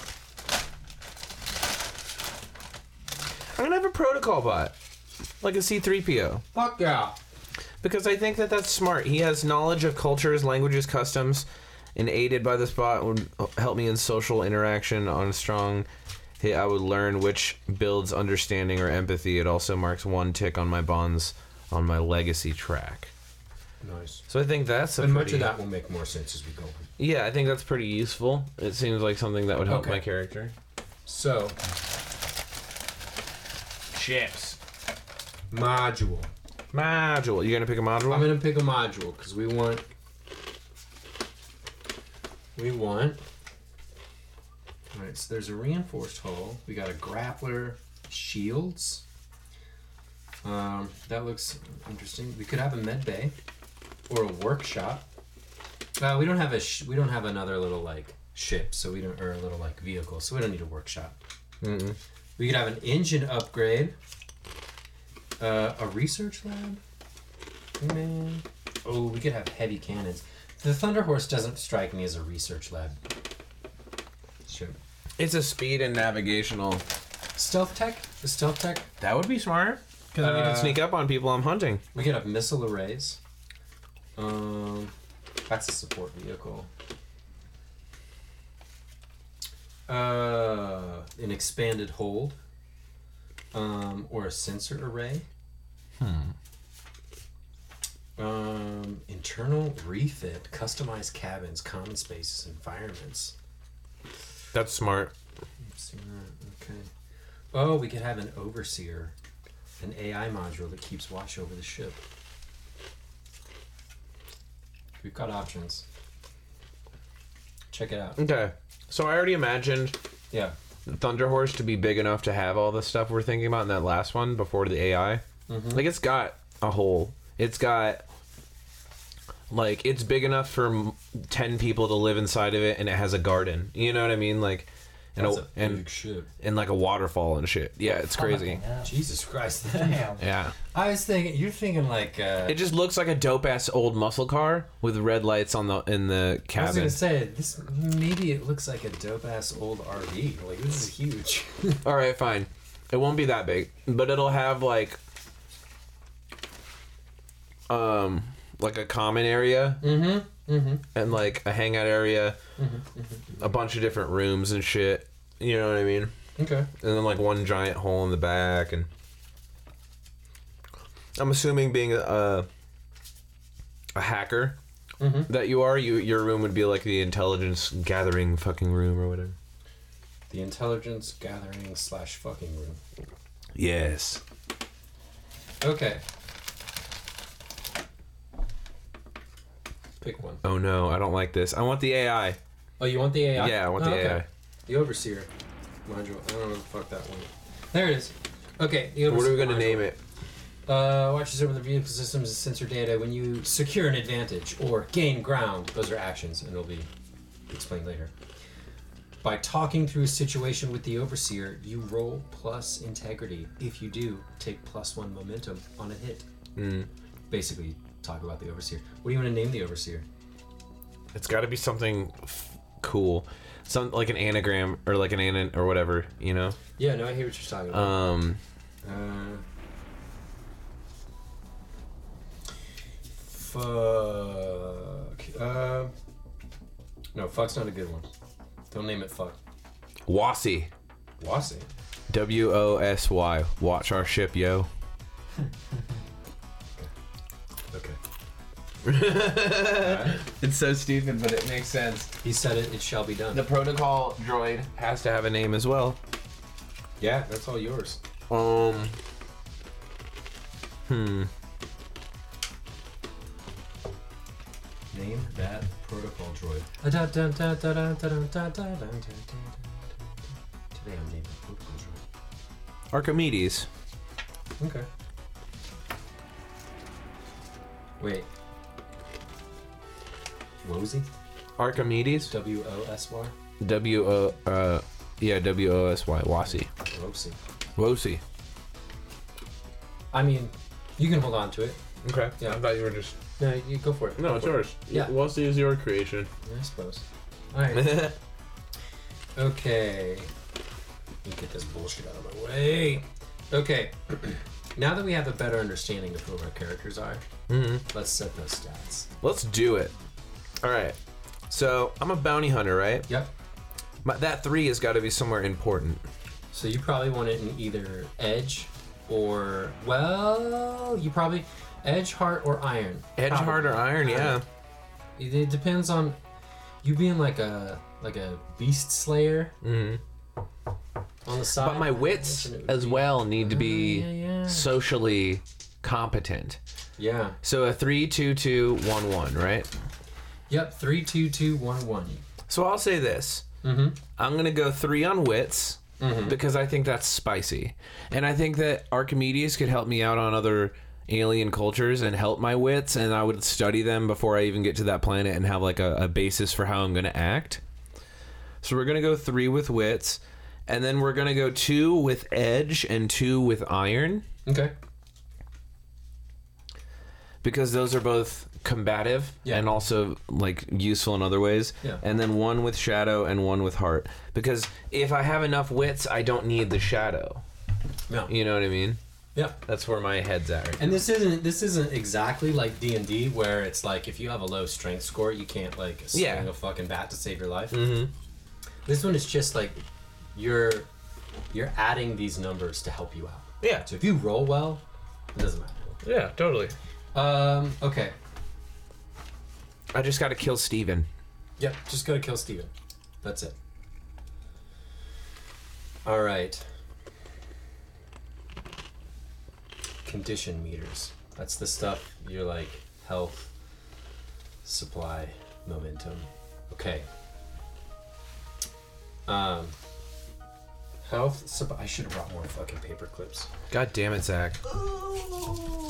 I'm gonna have a protocol bot, like a C3PO, Fuck yeah. because I think that that's smart. He has knowledge of cultures, languages, customs, and aided by this bot would help me in social interaction on a strong. Hey, I would learn which builds understanding or empathy. It also marks one tick on my bonds on my legacy track. Nice. So I think that's a And much pretty- of that will make more sense as we go. on. Yeah, I think that's pretty useful. It seems like something that would help Okay. my character. So Chips. module. Module. You gonna pick a module? I'm gonna pick a module because we want we want all right so there's a reinforced hull we got a grappler shields um, that looks interesting we could have a med bay or a workshop uh, we don't have a sh- we don't have another little like ship so we don't or a little like vehicle so we don't need a workshop we could have an engine upgrade uh, a research lab Man. Oh, we could have heavy cannons. The Thunder Horse doesn't strike me as a research lab. Sure. It's a speed and navigational. Stealth tech? The stealth tech? That would be smart. Because then you Uh, can sneak up on people I'm hunting. We could have missile arrays. Um, that's a support vehicle. Uh, an expanded hold. Um, or a sensor array. Hmm. Um, internal refit, customized cabins, common spaces, environments. That's smart. Seen that, Okay. Oh, we could have an overseer, an AI module that keeps watch over the ship. We've got options. Check it out. Okay. So I already imagined Yeah. the Thunder Horse to be big enough to have all the stuff we're thinking about in that last one before the AI. Like it's got a hole. It's got like it's big enough for m- ten people to live inside of it, and it has a garden. You know what I mean? Like, and That's a, a and big (laughs) ship. and like a waterfall and shit. Yeah, it's crazy. Yeah. Jesus Christ. (laughs) Damn. Yeah. I was thinking, you're thinking like, uh, It just looks like a dope ass old muscle car with red lights on the in the I was cabin. gonna say, this maybe it looks like a dope ass old RV. Like, this is huge. (laughs) All right, fine. It won't be that big, but it'll have like um like a common area. Mm-hmm. Mm-hmm. And like a hangout area, a bunch of different rooms and shit. You know what I mean? okay. And then like one giant hole in the back and I'm assuming being a a hacker that you are, you your room would be like the intelligence gathering fucking room or whatever. The intelligence gathering slash fucking room. Yes. Okay. Pick one. Oh no, I don't like this. I want the AI. Oh, you want the AI? Yeah, I want the Oh, okay. AI. The overseer module. I don't know what the fuck that one. There it is. Okay. The What are overseer we gonna module. name it? Uh, watches over the vehicle systems and sensor data when you secure an advantage or gain ground. Those are actions, and it'll be explained later. By talking through a situation with the overseer, you roll plus integrity. If you do, take plus one momentum on a hit. Basically, talk about the overseer. What do you want to name the overseer? It's got to be something f- cool, some like an anagram or like an anon or whatever, you know. Yeah, no, I hear what you're talking about. Um, Uh, fuck. Uh, no, fuck's not a good one. Don't name it fuck. Wassy. Wasi. W O S Y. Watch our ship, yo. (laughs) Okay. It's so stupid, but it makes sense. He said it. It shall be done. The protocol droid has to have a name as well. Yeah, that's all yours. Um. Hmm. Name that protocol droid. Today I'm naming protocol droid. Archimedes. Okay. Wait. Wosy? Archimedes. W O S Y? W O. Uh. Yeah. W O S Y. Wasi. Wosy. Wosi. I mean, you can hold on to it. Okay. Yeah. I thought you were just. No, you go for it. No, Go it's for yours. Yeah. Wesley is your (laughs) creation. it. I suppose. Alright. Mm-hmm. Okay. Let me get this bullshit out of my way. Okay. (clears throat) now that we have a better understanding of who our characters are, let's set those stats. Let's do it. All right. So I'm a bounty hunter, right? Yep. My, that three has got to be somewhere important. So you probably want it in either edge or well, you probably edge, heart, or iron. Edge, Probably. hard, or iron? Yeah. It, it depends on you being like a like a beast slayer. Mm-hmm. On the side. But my wits Then it would as be- well need to be Ah, yeah, yeah. socially competent. Yeah. So a three, two, two, one, one, right? Yep. Three, two, two, one, one. So I'll say this. I'm gonna go three on wits because I think that's spicy, and I think that Archimedes could help me out on other alien cultures and help my wits, and I would study them before I even get to that planet and have like a, a basis for how I'm gonna act. So we're gonna go three with wits, and then we're gonna go two with edge and two with iron Okay. because those are both combative Yeah. and also like useful in other ways. Yeah. And then one with shadow and one with heart. Because if I have enough wits, I don't need the shadow. No. You know what I mean? Yeah. That's where my head's at. Right now. And this isn't this isn't exactly like D and D where it's like if you have a low strength score you can't like swing Yeah. Mm-hmm. a fucking bat to save your life. This one is just like you're you're adding these numbers to help you out. Yeah. So if you roll well, it doesn't matter. Yeah, totally. Um. Okay. I just got to kill Steven. Yep. Just gotta kill Steven. That's it. All right. Condition meters. That's the stuff you're like health, supply, momentum. Okay. Um. Health. Supp- I should have brought more fucking paper clips. God damn it, Zach.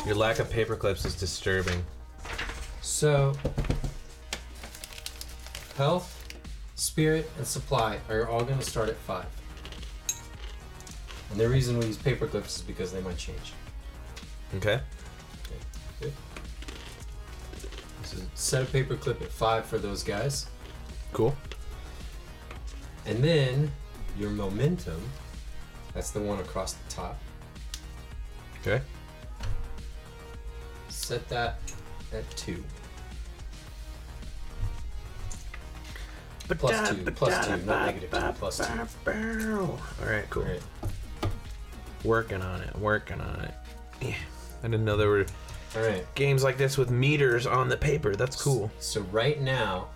Your lack of paper clips is disturbing. So, health, spirit, and supply are all going to start at five. And the reason we use paper clips is because they might change. Okay. So set a paper clip at five for those guys, Cool. and then your momentum. That's the one across the top. Okay. Set that at two. Plus two, plus two, not negative two, plus two. All right, cool. Right. Working on it. Working on it. Yeah. I didn't know there were All right. games like this with meters on the paper. That's cool. So right now,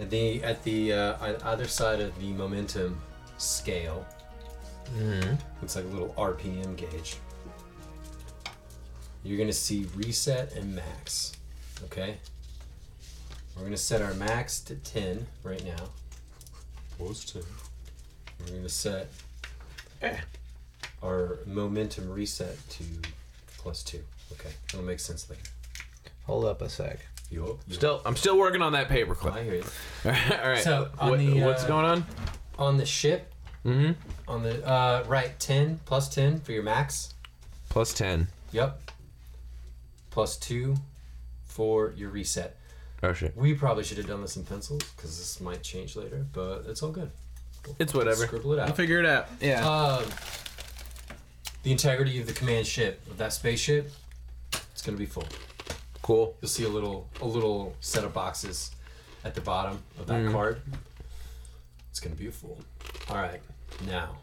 at the at the uh, on other side of the momentum scale, it's like a little RPM gauge. You're gonna see reset and max. Okay. We're gonna set our max to ten right now. Was ten. We're gonna set our momentum reset to plus two. Okay, it'll make sense later. Hold up a sec. Yup. yup. Still, I'm still working on that paperclip. I hear you. (laughs) All right. So, on What- the, uh, what's going on? On the ship. Mm-hmm. On the uh, right, ten plus ten for your max. Plus ten. Yep. Plus two for your reset. Oh shit. We probably should have done this in pencils because this might change later, but it's all good. It's whatever. Scribble it out. Figure it out. Yeah. Um, the integrity of the command ship of that spaceship, it's gonna be full. Cool. You'll see a little a little set of boxes at the bottom of that card. It's gonna be a fool. All right, now.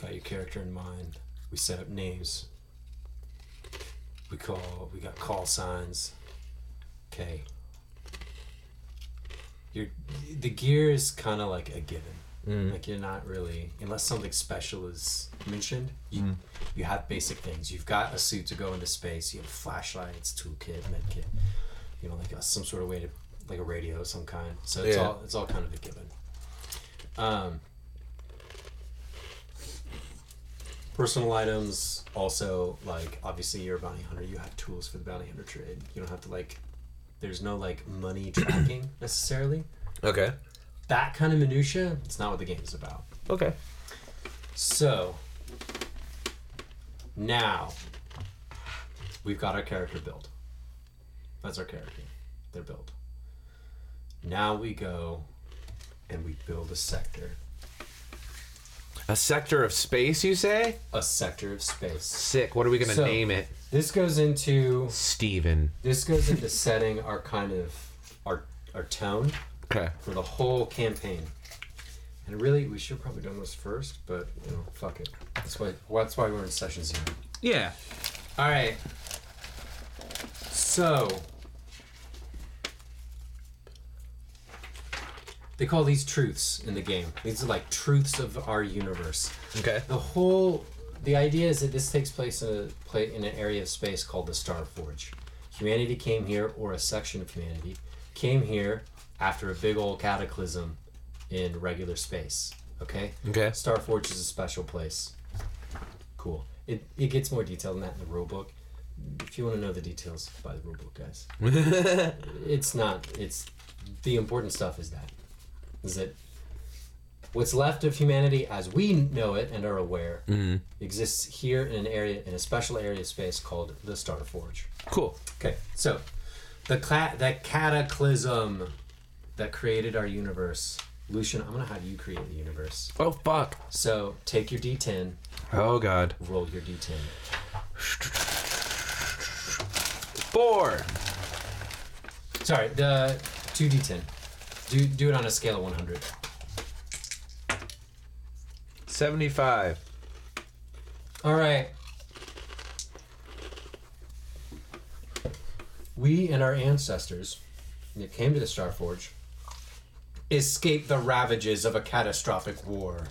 Got your character in mind. We set up names. We call. We got call signs. Okay. Your the gear is kind of like a given. Like you're not really unless something special is mentioned. You you have basic things. You've got a suit to go into space. You have flashlights, toolkit, medkit. You know, like a, some sort of way to like a radio of some kind. So it's Yeah. all it's all kind of a given. Um, personal items also like obviously you're a bounty hunter. You have tools for the bounty hunter trade. You don't have to like. There's no like money (clears throat) tracking necessarily Okay. that kind of minutia it's not what the game is about Okay. so now we've got our character built that's our character they're built now we go and we build a sector A sector of space, you say? a sector of space Sick. What are we gonna So- name it? this goes into Steven. this goes into setting our kind of our our tone Okay. for the whole campaign. And really, we should probably done this first, but you know, fuck it. That's why. Well, that's why we're in session zero. Yeah. All right. So they call these truths in the game. These are like truths of our universe. Okay. The whole the idea is that this takes place in a play in an area of space called the Star Forge. Humanity came here, or a section of humanity came here after a big old cataclysm in regular space. Okay. Okay. Star Forge is a special place. Cool. It it gets more detailed than that in the rule book. If you want to know the details, buy the rule book, guys. it's not. It's the important stuff is that is that what's left of humanity as we know it and are aware exists here in an area in a special area of space called the Star Forge. Cool. Okay, so the cla- the cataclysm that created our universe. Lucian, I'm gonna have you create the universe. Oh fuck. So take your D10, Oh god. roll your D10. Four. Sorry, the two D10. Do do it on a scale of 100. Seventy-five. All right. We and our ancestors that came to the Star Forge escaped the ravages of a catastrophic war.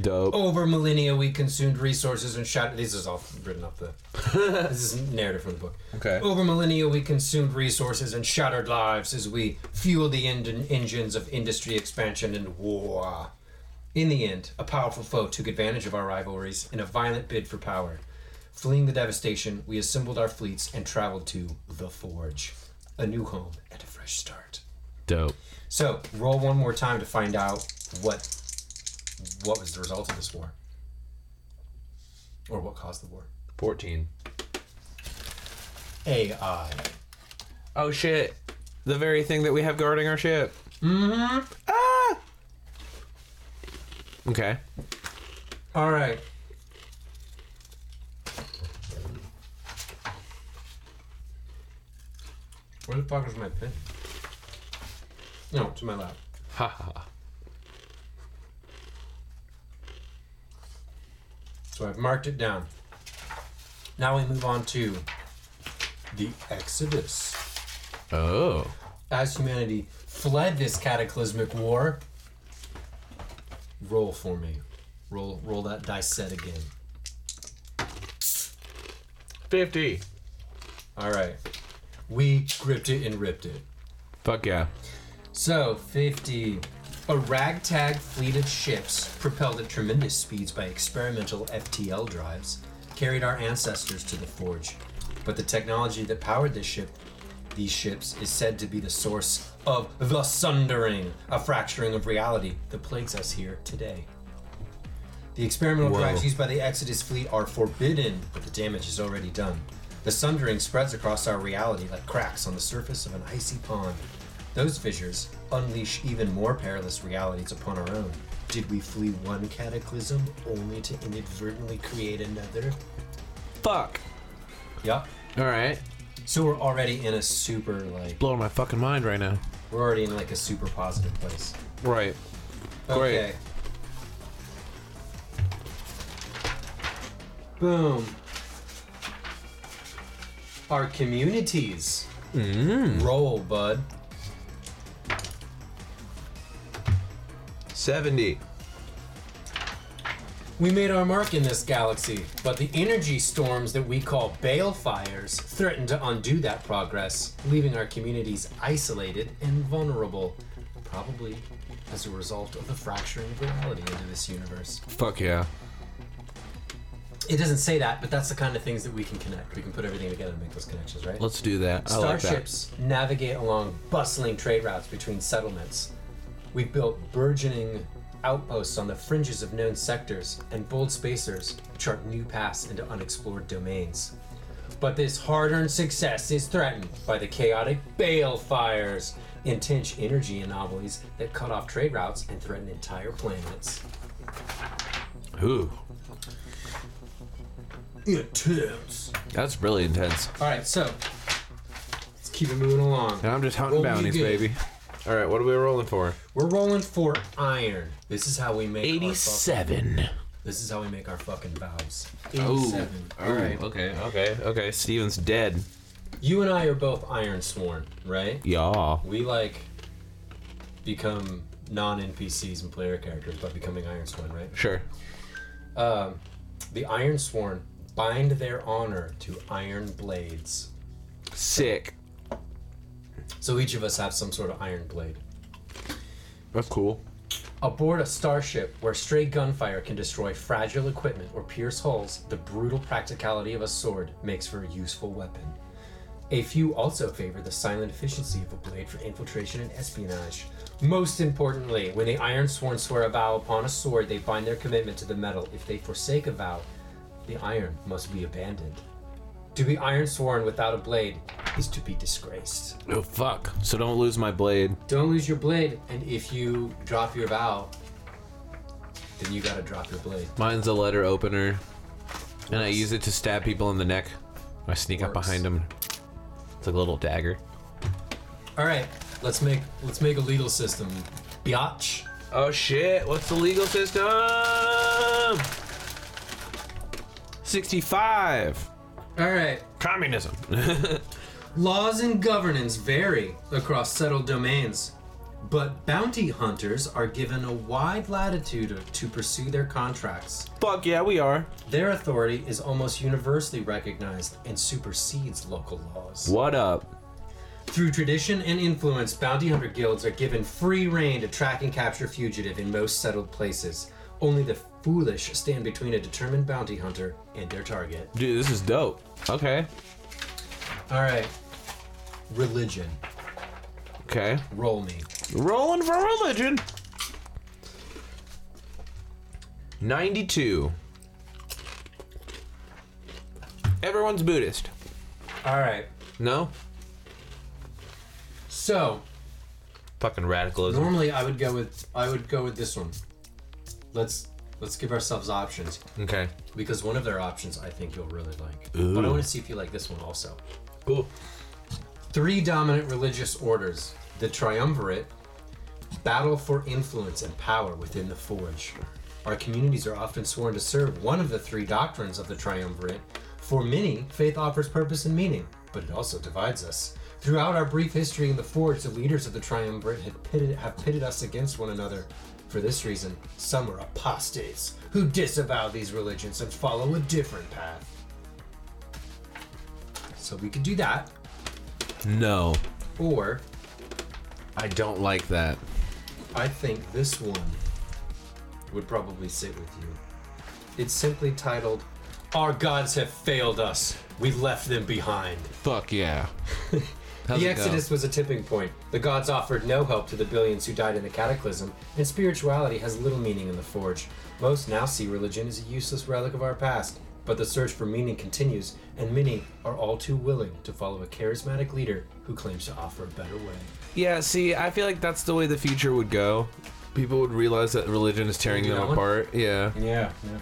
Dope. Over millennia, we consumed resources and shattered. This is all written off the. this is narrative from the book. Okay. Over millennia, we consumed resources and shattered lives as we fueled the en- engines of industry expansion and war. In the end, a powerful foe took advantage of our rivalries in a violent bid for power. Fleeing the devastation, we assembled our fleets and traveled to the Forge, a new home and a fresh start. Dope. So, roll one more time to find out what what was the result of this war, or what caused the war. Fourteen. AI. Oh shit. The very thing that we have guarding our ship. Mm-hmm. Ah! Okay. All right. Where the fuck is my pen? No, to my lap. Ha ha. ha. So I've marked it down. Now we move on to the Exodus. Oh. As humanity fled this cataclysmic war, roll for me. Roll, roll that dice set again. Fifty. All right. We gripped it and ripped it. Fuck yeah. So, 50. A ragtag fleet of ships, propelled at tremendous speeds by experimental FTL drives, carried our ancestors to the forge. But the technology that powered this ship, these ships is said to be the source of the sundering, a fracturing of reality that plagues us here today. The experimental drives used by the Exodus fleet are forbidden, but the damage is already done. The sundering spreads across our reality like cracks on the surface of an icy pond. Those fissures unleash even more perilous realities upon our own. Did we flee one cataclysm only to inadvertently create another? Fuck. Yup. All right. So we're already in a super like Blowing my fucking mind right now. we're already in like a super positive place. Right. Great. Okay. Boom. Our communities. Roll, bud. 70. We made our mark in this galaxy, but the energy storms that we call balefires threaten to undo that progress, leaving our communities isolated and vulnerable, probably as a result of the fracturing of reality into this universe. Fuck yeah. It doesn't say that, but that's the kind of things that we can connect. We can put everything together and make those connections, right? Let's do that. I like that. Starships navigate along bustling trade routes between settlements. We built burgeoning outposts on the fringes of known sectors, and bold spacers chart new paths into unexplored domains. But this hard earned success is threatened by the chaotic bale fires, intense energy anomalies that cut off trade routes and threaten entire planets. Ooh, Intense. that's really intense. Alright, so let's keep it moving along. And I'm just hunting Roll me bounties, good. baby. All right, what are we rolling for? We're rolling for iron. This is how we make our fucking, Eighty-seven. This is how we make our fucking vows. Oh. Ooh. Eighty-seven. All right. Okay. Okay, okay, Steven's dead. You and I are both iron sworn, right? Yeah. We like become non NPCs and player characters by becoming iron sworn, right? Sure. The iron sworn bind their honor to iron blades. Sick. So each of us have some sort of iron blade. That's cool. Aboard a starship where stray gunfire can destroy fragile equipment or pierce hulls, the brutal practicality of a sword makes for a useful weapon. A few also favor the silent efficiency of a blade for infiltration and espionage. Most importantly, when the Iron Sworn swear a vow upon a sword, they bind their commitment to the metal. If they forsake a vow, the iron must be abandoned. To be Iron Sworn without a blade is to be disgraced. Oh fuck. So don't lose my blade. Don't lose your blade, and if you drop your vow, then you gotta drop your blade. Mine's a letter opener, and I use it to stab people in the neck. I sneak up Works. behind them. It's like a little dagger. All right, let's make let's make a legal system. Biatch. Oh shit, what's the legal system? 65! All right. Communism. Laws and governance vary across settled domains, but bounty hunters are given a wide latitude to pursue their contracts. Fuck yeah, we are. Their authority is almost universally recognized and supersedes local laws. What up? Through tradition and influence, bounty hunter guilds are given free reign to track and capture fugitive in most settled places. Only the foolish stand between a determined bounty hunter and their target. Dude, this is dope. Okay. All right. Religion. Okay. Roll me. Rolling for religion. 92. Everyone's Buddhist. All right. No? So Fucking radicalism. normally I would go with I would go with this one. Let's let's give ourselves options Okay. because one of their options I think you'll really like. But I want to see if you like this one also. Cool. Three dominant religious orders: the triumvirate, battle for influence and power within the forge. Our communities are often sworn to serve one of the three doctrines of the triumvirate. For many, faith offers purpose and meaning, but it also divides us. Throughout our brief history in the forge, the leaders of the triumvirate have pitted, have pitted us against one another. For this reason, some are apostates who disavow these religions and follow a different path. So we could do that, No. or I don't like that. I think this one would probably sit with you. It's simply titled, Our Gods Have Failed Us. We Left Them Behind. Fuck (laughs) yeah. How's the it go? Exodus was a tipping point. The gods offered no help to the billions who died in the cataclysm, and spirituality has little meaning in the Forge. Most now see religion as a useless relic of our past, but the search for meaning continues, and many are all too willing to follow a charismatic leader who claims to offer a better way. Yeah, see, I feel like that's the way the future would go. People would realize that religion is tearing Do them that one? apart. Yeah. Yeah, yeah.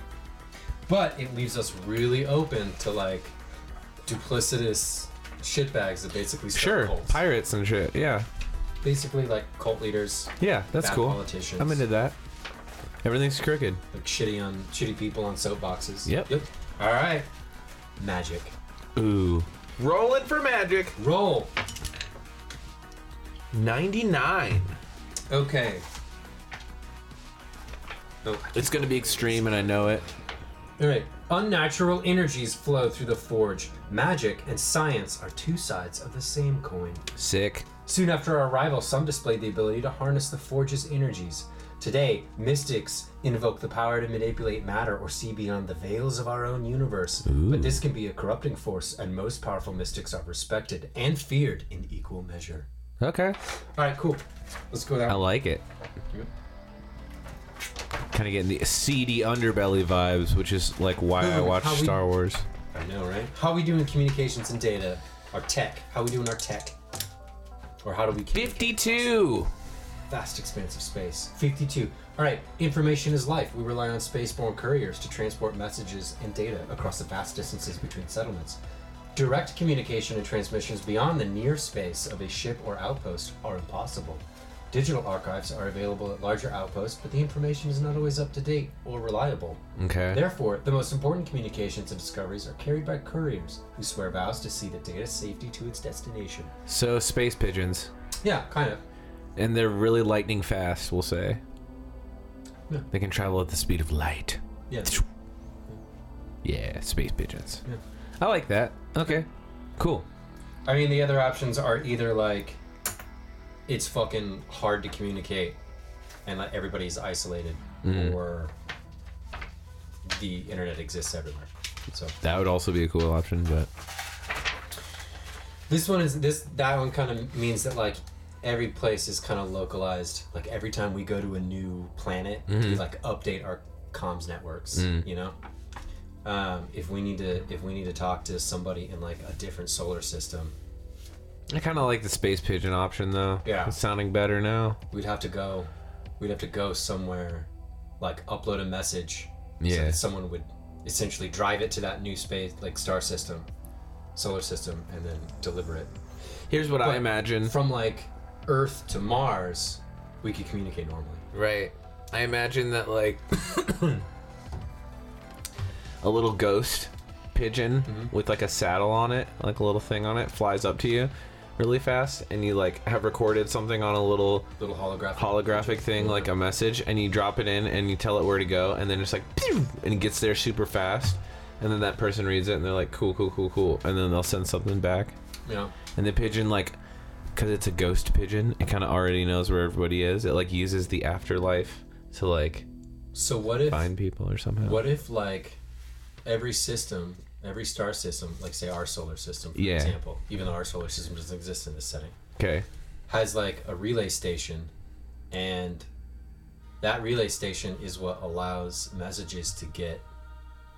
But it leaves us really open to like duplicitous shitbags that basically start Sure, cults. pirates and shit. Yeah, basically like cult leaders, yeah, that's Bad cool. politicians. I'm into that. Everything's crooked. like shitty on shitty people on soapboxes. Yep. Yep. All right. Magic. Ooh, Rolling for magic. Roll. 99. Okay. Oh, it's gonna be extreme, and I know it. All right. Unnatural energies flow through the forge. Magic and science are two sides of the same coin. Sick. Soon after our arrival, some displayed the ability to harness the forge's energies. Today, mystics invoke the power to manipulate matter or see beyond the veils of our own universe. But this can be a corrupting force, and most powerful mystics are respected and feared in equal measure. Okay, All right, cool. Let's go I down. like it. Kind of getting the seedy underbelly vibes, which is like why I Ooh, watch how we- Star Wars. I know, right? How we doing communications and data? Our tech. How we doing our tech? Or how do we keep Fifty-two. vast expanse of space? 52. All right, information is life. We rely on spaceborne couriers to transport messages and data across the vast distances between settlements. Direct communication and transmissions beyond the near space of a ship or outpost are impossible. Digital archives are available at larger outposts, but the information is not always up to date or reliable. Okay. Therefore, the most important communications and discoveries are carried by couriers who swear vows to see the data safety to its destination. So space pigeons, Yeah, kind of. and they're really lightning fast. We'll say. Yeah. They can travel at the speed of light. Yeah. Yeah, space pigeons. Yeah. I like that. Okay, cool. I mean, the other options are either like it's fucking hard to communicate and like everybody's isolated, or the internet exists everywhere. So That would also be a cool option, but this one is this that one kind of means that like every place is kind of localized. Like every time we go to a new planet, we like update our comms networks. You know, um, if we need to if we need to talk to somebody in like a different solar system, I kind of like the space pigeon option though. Yeah. it's sounding better now. we'd have to go we'd have to go somewhere like upload a message so Yeah. that someone would essentially drive it to that new space like star system solar system and then deliver it Here's what I imagine. from like earth to mars we could communicate normally Right. I imagine that like (coughs) a little ghost pigeon with like a saddle on it, like a little thing on it, flies up to you really fast and you like have recorded something on a little little holographic holographic thing like a message and you drop it in and you tell it where to go and then it's like pew, and it gets there super fast and then that person reads it and they're like cool cool cool cool and then they'll send something back you know and the pigeon, like, because it's a ghost pigeon, it kind of already knows where everybody is. It, like, uses the afterlife to, like, so what if find people or somehow. what if like every system every star system like say our solar system for Yeah. example even though our solar system doesn't exist in this setting Okay. has like a relay station and that relay station is what allows messages to get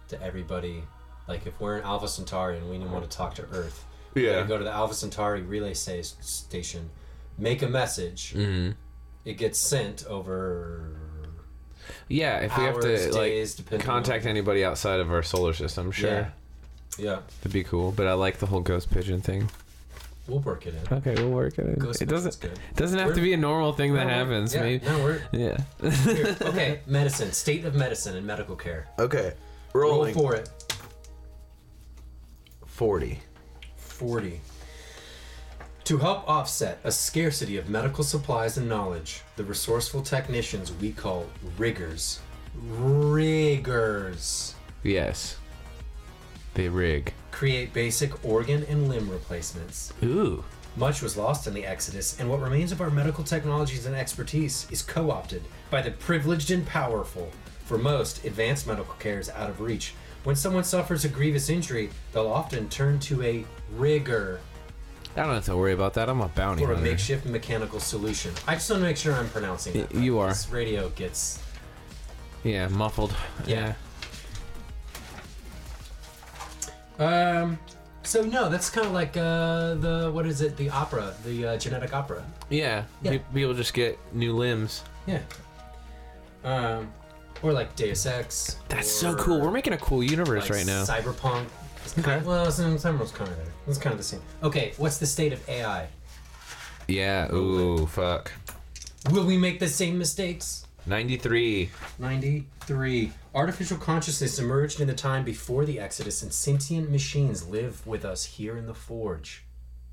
to everybody like if we're in alpha centauri and we want to talk to earth we gotta go to the alpha centauri relay sa- station make a message Mm. Mm-hmm. it gets sent over Yeah, if we have Hours, to, days, like, depending contact on- anybody outside of our solar system, sure. yeah yeah That'd be cool. But I like the whole ghost pigeon thing. we'll work it in Okay, we'll work it. in. Ghost it doesn't, pigeon's good. doesn't have to We're- be a normal thing (laughs) that No, we're- happens. yeah, maybe. no we're Yeah. (laughs) here. okay medicine state of medicine and medical care Okay. roll Rolling. for it 40. 40. To help offset a scarcity of medical supplies and knowledge, the resourceful technicians we call riggers. Riggers. yes. They rig. Create basic organ and limb replacements. Ooh. Much was lost in the Exodus, and what remains of our medical technologies and expertise is co opted by the privileged and powerful. For most, advanced medical care is out of reach. When someone suffers a grievous injury, they'll often turn to a rigger I don't have to worry about that. I'm a bounty or a hunter. makeshift mechanical solution. I just want to make sure I'm pronouncing it. you are. This radio gets Yeah, muffled. Yeah. um. So no, that's kind of like uh, the what is it? The opera, the uh, genetic opera. Yeah, Yeah. pe- people just get new limbs. Yeah. Um, or like Deus Ex. That's or so cool. We're making a cool universe like right now. Cyberpunk. Okay. Well, Emerald's kind of there. It's kind of the same. Okay, what's the state of AI? Yeah. Ooh, fuck. Will we make the same mistakes? 93. 93. Artificial consciousness emerged in the time before the Exodus, and sentient machines live with us here in the Forge.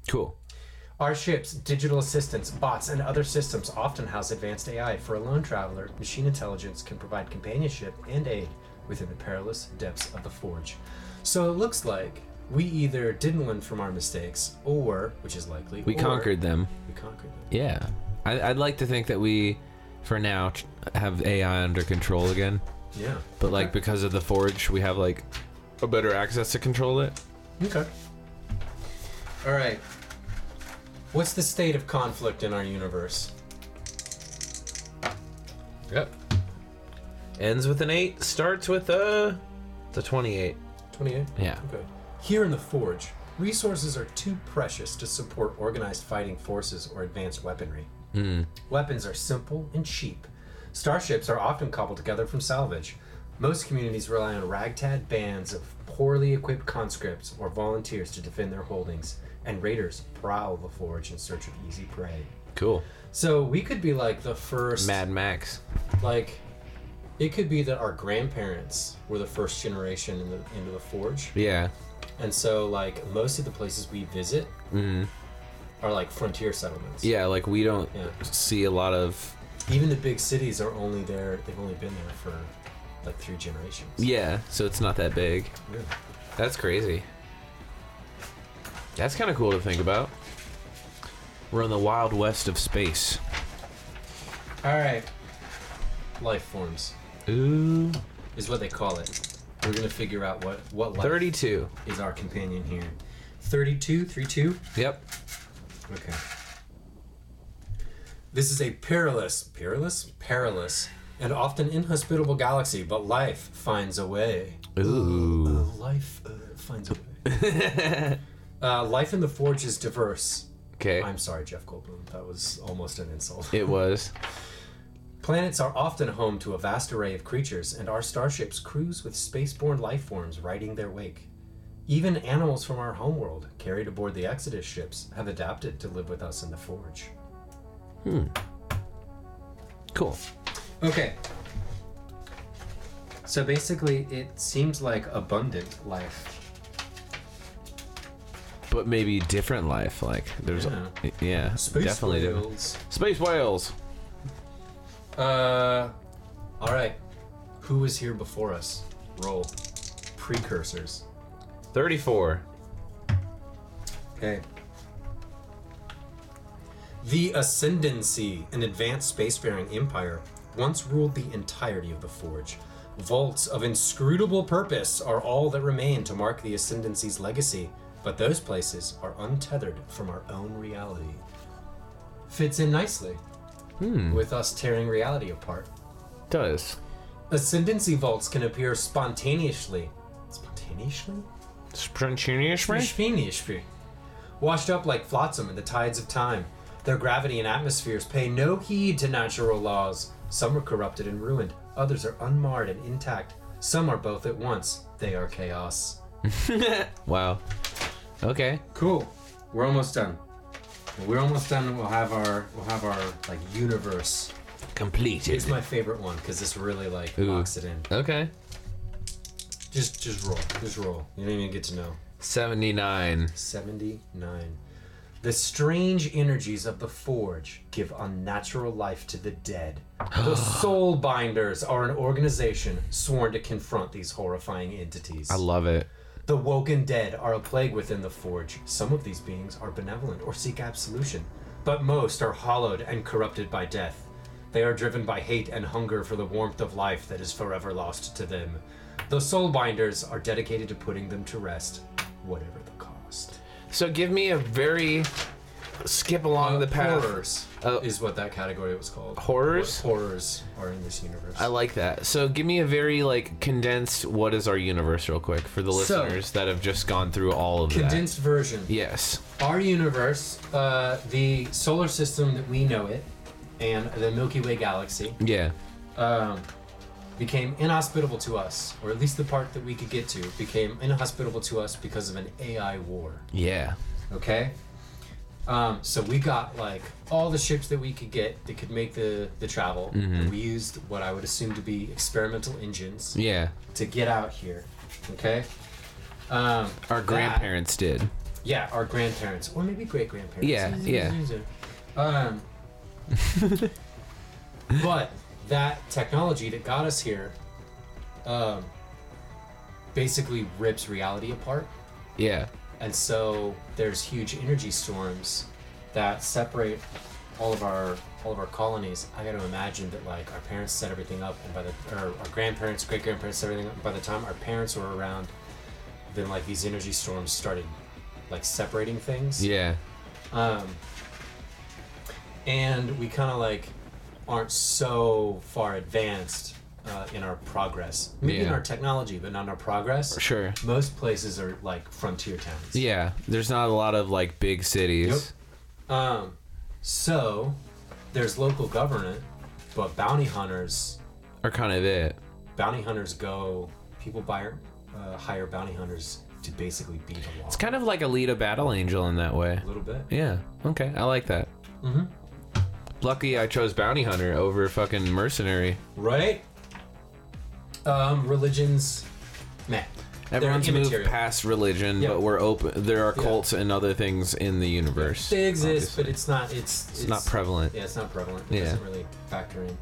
Cool. Our ships, digital assistants, bots, and other systems often house advanced AI. For a lone traveler, machine intelligence can provide companionship and aid within the perilous depths of the Forge. So it looks like we either didn't learn from our mistakes, or, which is likely, We or conquered them. We conquered them. Yeah. I, I'd like to think that we, for now, ch- have AI under control again. Yeah. But, like, because of the Forge, we have, like, a better access to control it. Okay. All right. What's the state of conflict in our universe? Yep. Ends with an 8, starts with a. The 28. 28. Yeah. Okay. Here in the Forge, resources are too precious to support organized fighting forces or advanced weaponry. Hmm. Weapons are simple and cheap. Starships are often cobbled together from salvage. Most communities rely on ragtag bands of poorly equipped conscripts or volunteers to defend their holdings, and raiders prowl the forge in search of easy prey. Cool. So we could be like the first Mad Max. like it could be that our grandparents were the first generation in the, into the forge Yeah. and so like most of the places we visit are like frontier settlements Mm-hmm. Yeah, like, we don't Yeah. see a lot of. even the big cities are only there they've only been there for like three generations Yeah, so it's not that big. Yeah. That's crazy. That's kind of cool to think about. We're in the wild west of space. all right life forms Ooh. is what they call it we're gonna figure out what what life 32. is our companion here 32 32 Yep. Okay. This is a perilous, perilous, perilous, and often inhospitable galaxy, but life finds a way. Ooh. Uh, life uh, finds a way. uh, life in the Forge is diverse. Okay. I'm sorry, Jeff Goldblum. That was almost an insult. It was. Planets are often home to a vast array of creatures, and our starships cruise with spaceborne life forms riding their wake. Even animals from our homeworld, carried aboard the Exodus ships, have adapted to live with us in the Forge. Cool. Okay. So basically, it seems like abundant life. But maybe different life. Like, there's. Yeah. Yeah. definitely different. Space whales. Uh, all right. Who was here before us? Roll. Precursors. 34. Okay. The Ascendancy, an advanced spacefaring empire, once ruled the entirety of the Forge. Vaults of inscrutable purpose are all that remain to mark the Ascendancy's legacy, but those places are untethered from our own reality. Fits in nicely with us tearing reality apart. Does. Ascendancy vaults can appear spontaneously. Spontaneously? Spontaneous Ishpi. Washed up like flotsam in the tides of time, their gravity and atmospheres pay no heed to natural laws. Some are corrupted and ruined, others are unmarred and intact. Some are both at once. They are chaos. Wow. Okay. Cool. We're almost done. When We're almost done. We'll have our we'll have our like universe. Completed. It's my favorite one because this really like locks it in. Okay. Just just roll. Just roll. You don't even get to know. 79. 79. The strange energies of the Forge give unnatural life to the dead. The Soul Binders are an organization sworn to confront these horrifying entities. I love it. the Woken Dead are a plague within the Forge. Some of these beings are benevolent or seek absolution, but most are hollowed and corrupted by death. They are driven by hate and hunger for the warmth of life that is forever lost to them. The Soul Binders are dedicated to putting them to rest, whatever the cost. So give me a very skip along the path. Horrors Oh. is what that category was called. Horrors? What horrors are in this universe. I like that. So give me a very like condensed what is our universe real quick for the So- listeners that have just gone through all of Condensed version. that. Yes. Our universe, uh, the solar system that we know it, and the Milky Way galaxy, Yeah. um, became inhospitable to us, or at least the part that we could get to became inhospitable to us because of an AI war. Yeah. Okay. Um, so we got like all the ships that we could get that could make the the travel. Mm-hmm. And we used what I would assume to be experimental engines Yeah. to get out here. Okay. Um, Our that- grandparents did. yeah, our grandparents, or maybe great grandparents. Yeah, yeah. (laughs) Um, but that technology that got us here, um, basically rips reality apart, Yeah. and so there's huge energy storms that separate all of our all of our colonies. I got to imagine that like our parents set everything up, and by the or our grandparents, great grandparents, set everything up. And by the time our parents were around, then like these energy storms started like separating things. Yeah. Um, and we kind of like aren't so far advanced uh, in our progress. Maybe in Yeah. our technology, but not in our progress. Sure. Most places are like frontier towns. Yeah. There's not a lot of like big cities. Um, so there's local government, but bounty hunters, Are kind of it. bounty hunters go. People buy, uh, hire bounty hunters to basically beat the law. It's kind of like Alita Battle Angel in that way. a little bit. Yeah. Okay. I like that. Mm-hmm. Lucky I chose Bounty Hunter over fucking Mercenary. right? Um, religions, meh. They're Everyone's moved immaterial. past religion, Yeah. but we're open. There are cults and other things in the universe. They exist, obviously. but it's not. It's, it's not prevalent. Yeah, it's not prevalent. It Yeah. doesn't really factor in.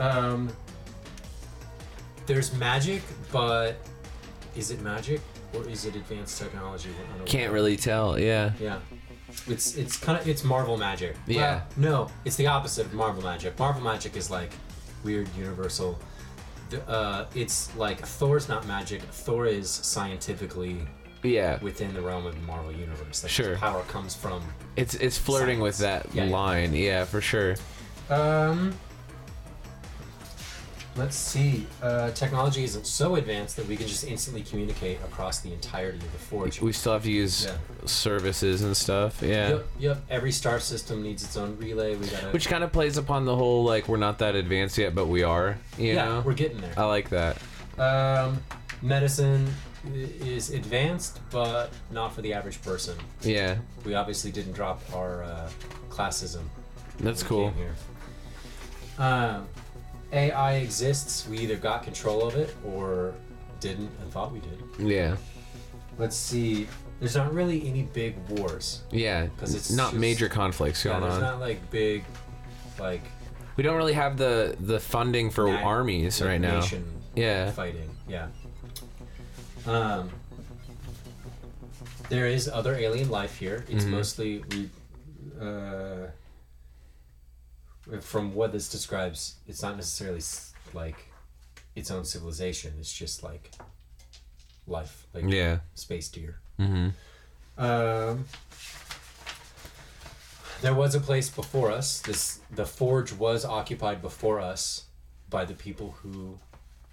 Um, there's magic, but is it magic or is it advanced technology? We're unaware. Can't really tell. Yeah. Yeah. It's it's kind of it's Marvel magic. Yeah. Well, no, it's the opposite of Marvel magic. Marvel magic is like weird, universal. The- Uh, it's like Thor's not magic. Thor is scientifically Yeah. within the realm of the Marvel universe. Like Sure. His power comes from. It's it's flirting with that Yeah, yeah. line. Yeah. for sure. Um. Let's see. Uh, technology isn't so advanced that we can just instantly communicate across the entirety of the forge. We still have to use Yeah. services and stuff. Yeah. Yep, yep. Every star system needs its own relay. We gotta. Which kind of plays upon the whole like we're not that advanced yet, but we are. You yeah, know. we're getting there. I like that. Um, medicine i- is advanced, but not for the average person. Yeah. We obviously didn't drop our uh, classism. That's when we cool. came here. Um, AI exists. We either got control of it or didn't and thought we did. Yeah. Let's see. There's not really any big wars. Yeah. 'Cause it's not just- major conflicts Yeah, going there's on. not like big, like We don't really have the the funding for na- armies like, right now. nation Yeah. fighting. Yeah. Um, there is other alien life here. It's mostly we, uh, from what this describes, it's not necessarily s- like its own civilization. It's just like life, like Yeah. space deer. Mm-hmm. Um, there was a place before us. This the forge was occupied before us by the people who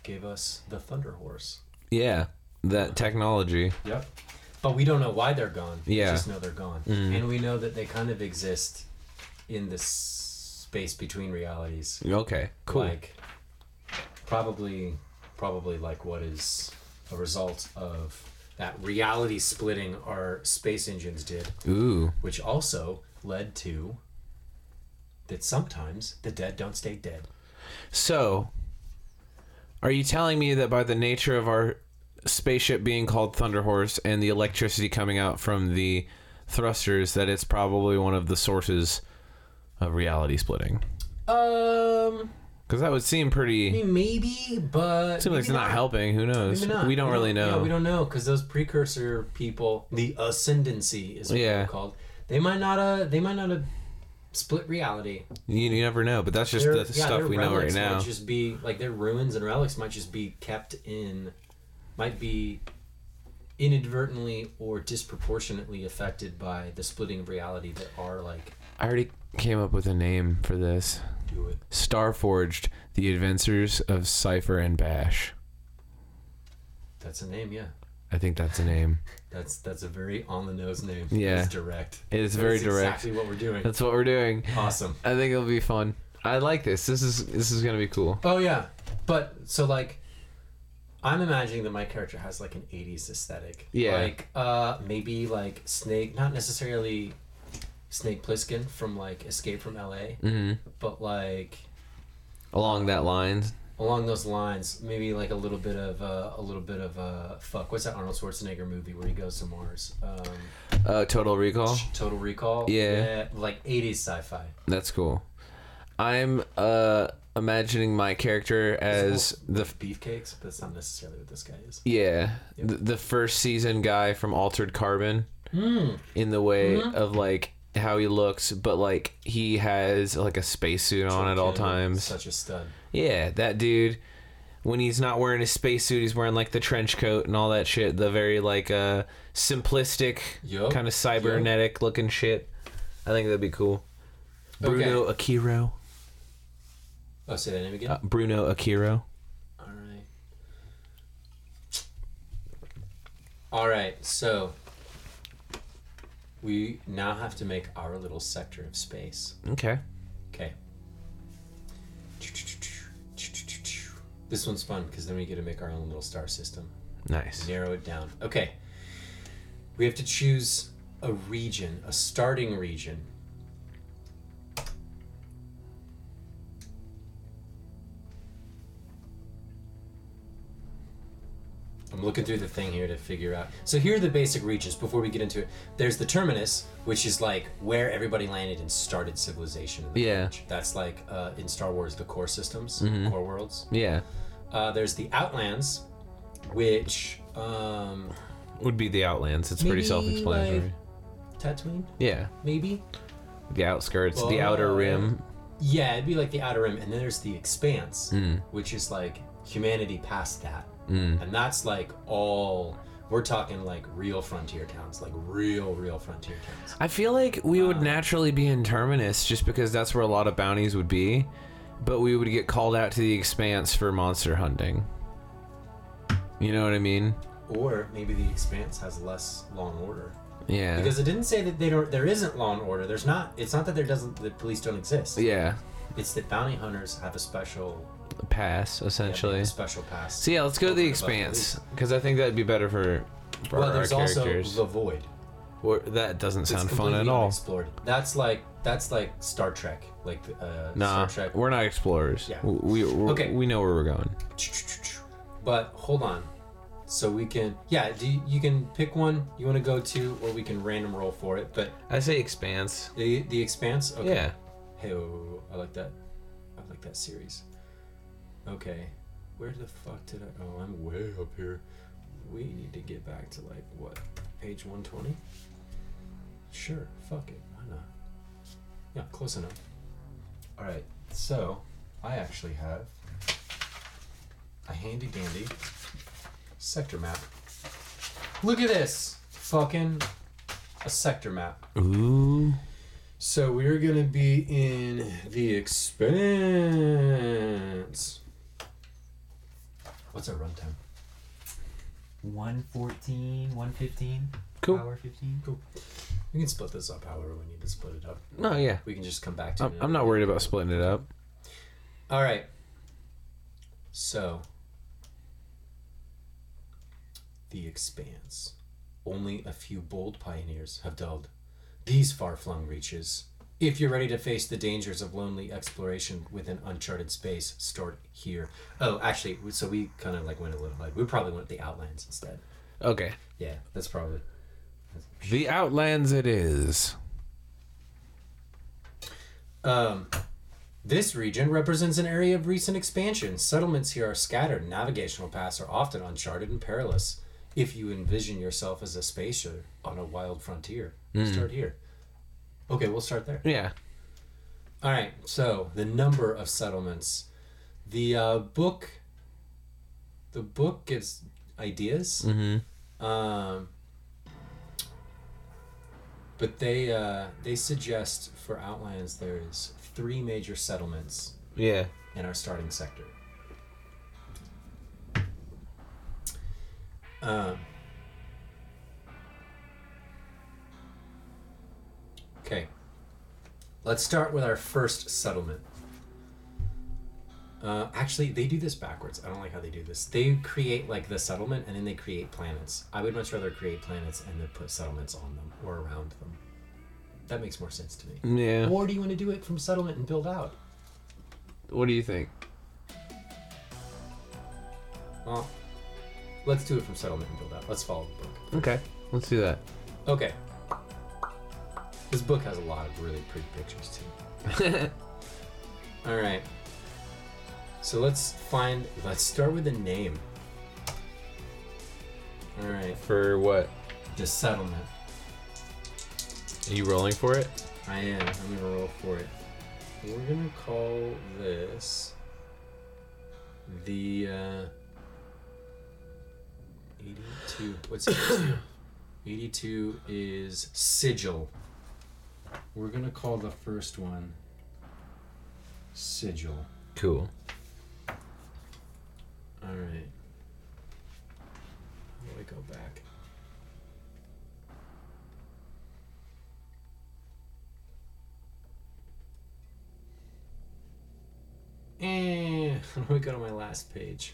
gave us the Thunder Horse. Yeah. That technology. Yep. But we don't know why they're gone. Yeah. We just know they're gone, and we know that they kind of exist in this space between realities. Okay. Cool. Like probably probably like what is a result of that reality splitting our space engines did, Ooh. which also led to that sometimes the dead don't stay dead. So, are you telling me that by the nature of our spaceship being called Thunder Horse and the electricity coming out from the thrusters, that it's probably one of the sources of reality splitting? Um Because that would seem pretty. maybe, but Seems like it's maybe not helping. Who knows? Maybe not. We don't really know. Yeah, we don't know because those precursor people, the ascendancy is what Yeah. they're called. They might not uh they might not have split reality. You, you never know. But that's just Their- the yeah, stuff their we know right relics now. Might just be like their ruins and relics might just be kept in, might be inadvertently or disproportionately affected by the splitting of reality that are like I already came up with a name for this. do it. Starforged: The Adventures of Cipher and Bash. That's a name, yeah. I think that's a name. That's that's a very on the nose name. Yeah. it's direct. It is That very is direct. (laughs) Exactly what we're doing. That's what we're doing. awesome. I think it'll be fun. I like this. This is this is gonna be cool. Oh yeah, but so like, I'm imagining that my character has like an '80s aesthetic. Yeah. Like uh, maybe like Snake, not necessarily Snake Plissken from like Escape from L.A., Mm-hmm. but like Along that line, along those lines, maybe like a little bit of uh, a little bit of uh, fuck. What's that Arnold Schwarzenegger movie where he goes to Mars? Um, uh, Total Recall. Total Recall. Yeah. Like '80s sci-fi. That's cool. I'm uh imagining my character as the f- Beefcakes, but that's not necessarily what this guy is. yeah th- the, first season guy from Altered Carbon in the way Mm-hmm. of like how he looks, but like he has like a spacesuit on at all Kennedy, times. Such a stud. Yeah, that dude. When he's not wearing his spacesuit, he's wearing like the trench coat and all that shit. The very like uh simplistic Yup, kind of cybernetic looking shit. I think that'd be cool. Bruno Akiro. Oh, say that name again. Uh, Bruno Akiro. All right. All right. So we now have to make our little sector of space. Okay. Okay. This one's fun because then we get to make our own little star system. Nice. Narrow it down. Okay. We have to choose a region, a starting region. I'm looking through the thing here to figure out. So here are the basic regions before we get into it. There's the terminus, which is like where everybody landed and started civilization. In the Yeah. village. That's like uh, in Star Wars, the core systems, core worlds. Yeah. Uh, there's the Outlands, which um, Would be the Outlands. It's Maybe, pretty self explanatory. like- Tatooine, Yeah. maybe. The outskirts, the Oh. outer rim. Yeah, it'd be like the Outer Rim, and then there's the Expanse, Hmm. which is like humanity past that, and that's like all. We're talking like real frontier towns, like real, real frontier towns. I feel like we would naturally be in Terminus just because that's where a lot of bounties would be, but we would get called out to the expanse for monster hunting. You know what I mean? Or maybe the Expanse has less law and order. Yeah. Because it didn't say that they don't. There isn't law and order. There's not. It's not that there doesn't. The police don't exist. yeah. It's that bounty hunters have a special, Pass, have essentially. a special pass. so yeah, let's go to over the and above police. expanse because I think that'd be better for, for Well, our there's also characters. the void. Or- that doesn't It's sound fun at completely all. Unexplored. That's like that's like Star Trek, like uh, Nah, Star Trek. we're not explorers. Yeah. We, we, Okay. we know where we're going. But hold on, so we can yeah, do you, you can pick one you want to go to, or we can random roll for it. But I say expanse. the the Expanse, okay. Yeah. Hey, oh, I like that. I like that series. Okay, where the fuck did I? Oh, I'm way up here. We need to get back to like what page 120. Sure, fuck it. Why not? Yeah, close enough. All right. So I actually have a handy dandy sector map. Look at this fucking a sector map. Ooh. So we're gonna be in the expanse. What's our runtime? 114, 115. Cool. Hour 15. We can split this up however we need to split it up. No, yeah. We can just come back to I'm, it. I'm not worried about splitting it up. All right. So the expanse. Only a few bold pioneers have dulled these far-flung reaches. If you're ready to face the dangers of lonely exploration within uncharted space, start here. Oh, actually, w- so we kind of like went a little like we probably went the outlands instead. Okay. Yeah, that's probably. The Outlands it is. Um, this region represents an area of recent expansion. Settlements here are scattered. Navigational paths are often uncharted and perilous. If you envision yourself as a spacer on a wild frontier, start here. Okay, we'll start there. Yeah. All right. So the number of settlements, the uh, book, the book gives ideas. Um, but they uh, they suggest for Outlands there is three major settlements Yeah. in our starting sector. Um, okay. Let's start with our first settlement. Uh, actually, they do this backwards. I don't like how they do this. They create like the settlement and then they create planets. I would much rather create planets and then put settlements on them or around them. That makes more sense to me. Yeah. Or do you want to do it from settlement and build out? What do you think? Well, let's do it from settlement and build out. Let's follow the book. Okay, let's do that. Okay. This book has a lot of really pretty pictures too. All right. So let's find. Let's start with a name. All right. For what? Just settlement. Are you rolling for it? I am. I'm gonna roll for it. We're gonna call this the uh, 82. What's (clears throat) 82? 82 is sigil. We're gonna call the first one sigil. Cool. All right. How do I go back? Eh, (laughs) how do I go to my last page?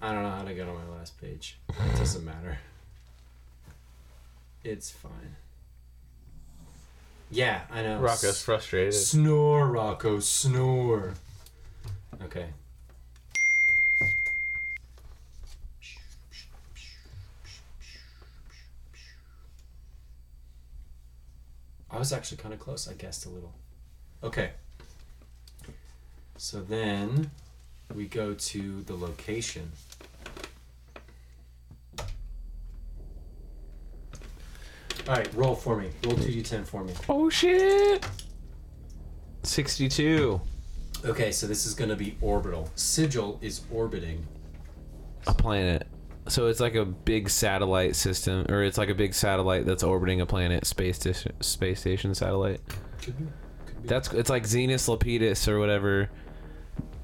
I don't know how to go to my last page. It doesn't matter. It's fine. Yeah, I know. Rocco's frustrated. Snore, Rocco, snore. Okay. I was actually kind of close. I guessed a little. Okay. So then we go to the location. All right, roll for me. Roll 2d10 for me. Oh shit! 62. Okay, so this is going to be orbital. Sigil is orbiting. A planet. So it's like a big satellite system, or it's like a big satellite that's orbiting a planet, space dis- space station satellite. Could be. Could be. That's it's like Xenis Lapidus or whatever,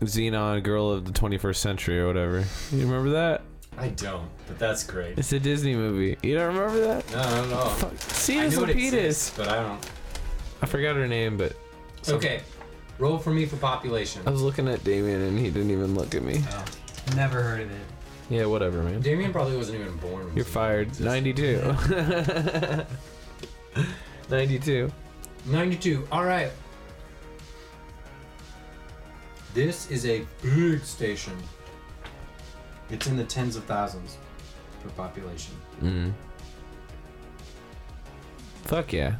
Xenon Girl of the 21st Century or whatever. You remember that? I don't, but that's great. It's a Disney movie. You don't remember that? No, no, no. I Xenis know it Lapidus. exists, but I don't. I forgot her name, but Okay, roll for me for population. I was looking at Damien and he didn't even look at me. Never heard of it. Yeah, whatever, man. Damien probably wasn't even born. When You're this- fired. 92. (laughs) 92. 92. All right. This is a big station. It's in the tens of thousands per population. Mm. Fuck yeah.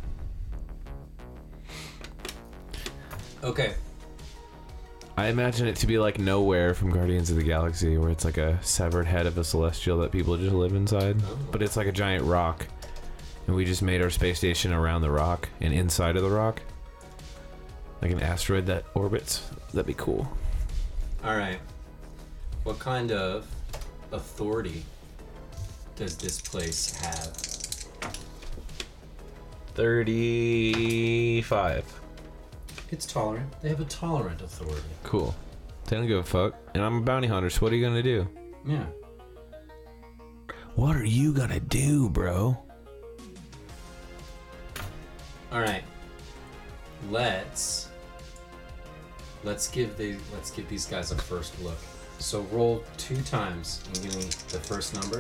Okay. I imagine it to be like Nowhere from Guardians of the Galaxy, where it's like a severed head of a celestial that people just live inside. But it's like a giant rock. And we just made our space station around the rock and inside of the rock. Like an asteroid that orbits. That'd be cool. All right. What kind of authority does this place have? 35. It's tolerant. They have a tolerant authority. Cool. They don't give a fuck. And I'm a bounty hunter, so what are you gonna do? Yeah. What are you gonna do, bro? All right. Let's let's give the let's give these guys a first look. So roll two times and give me the first number.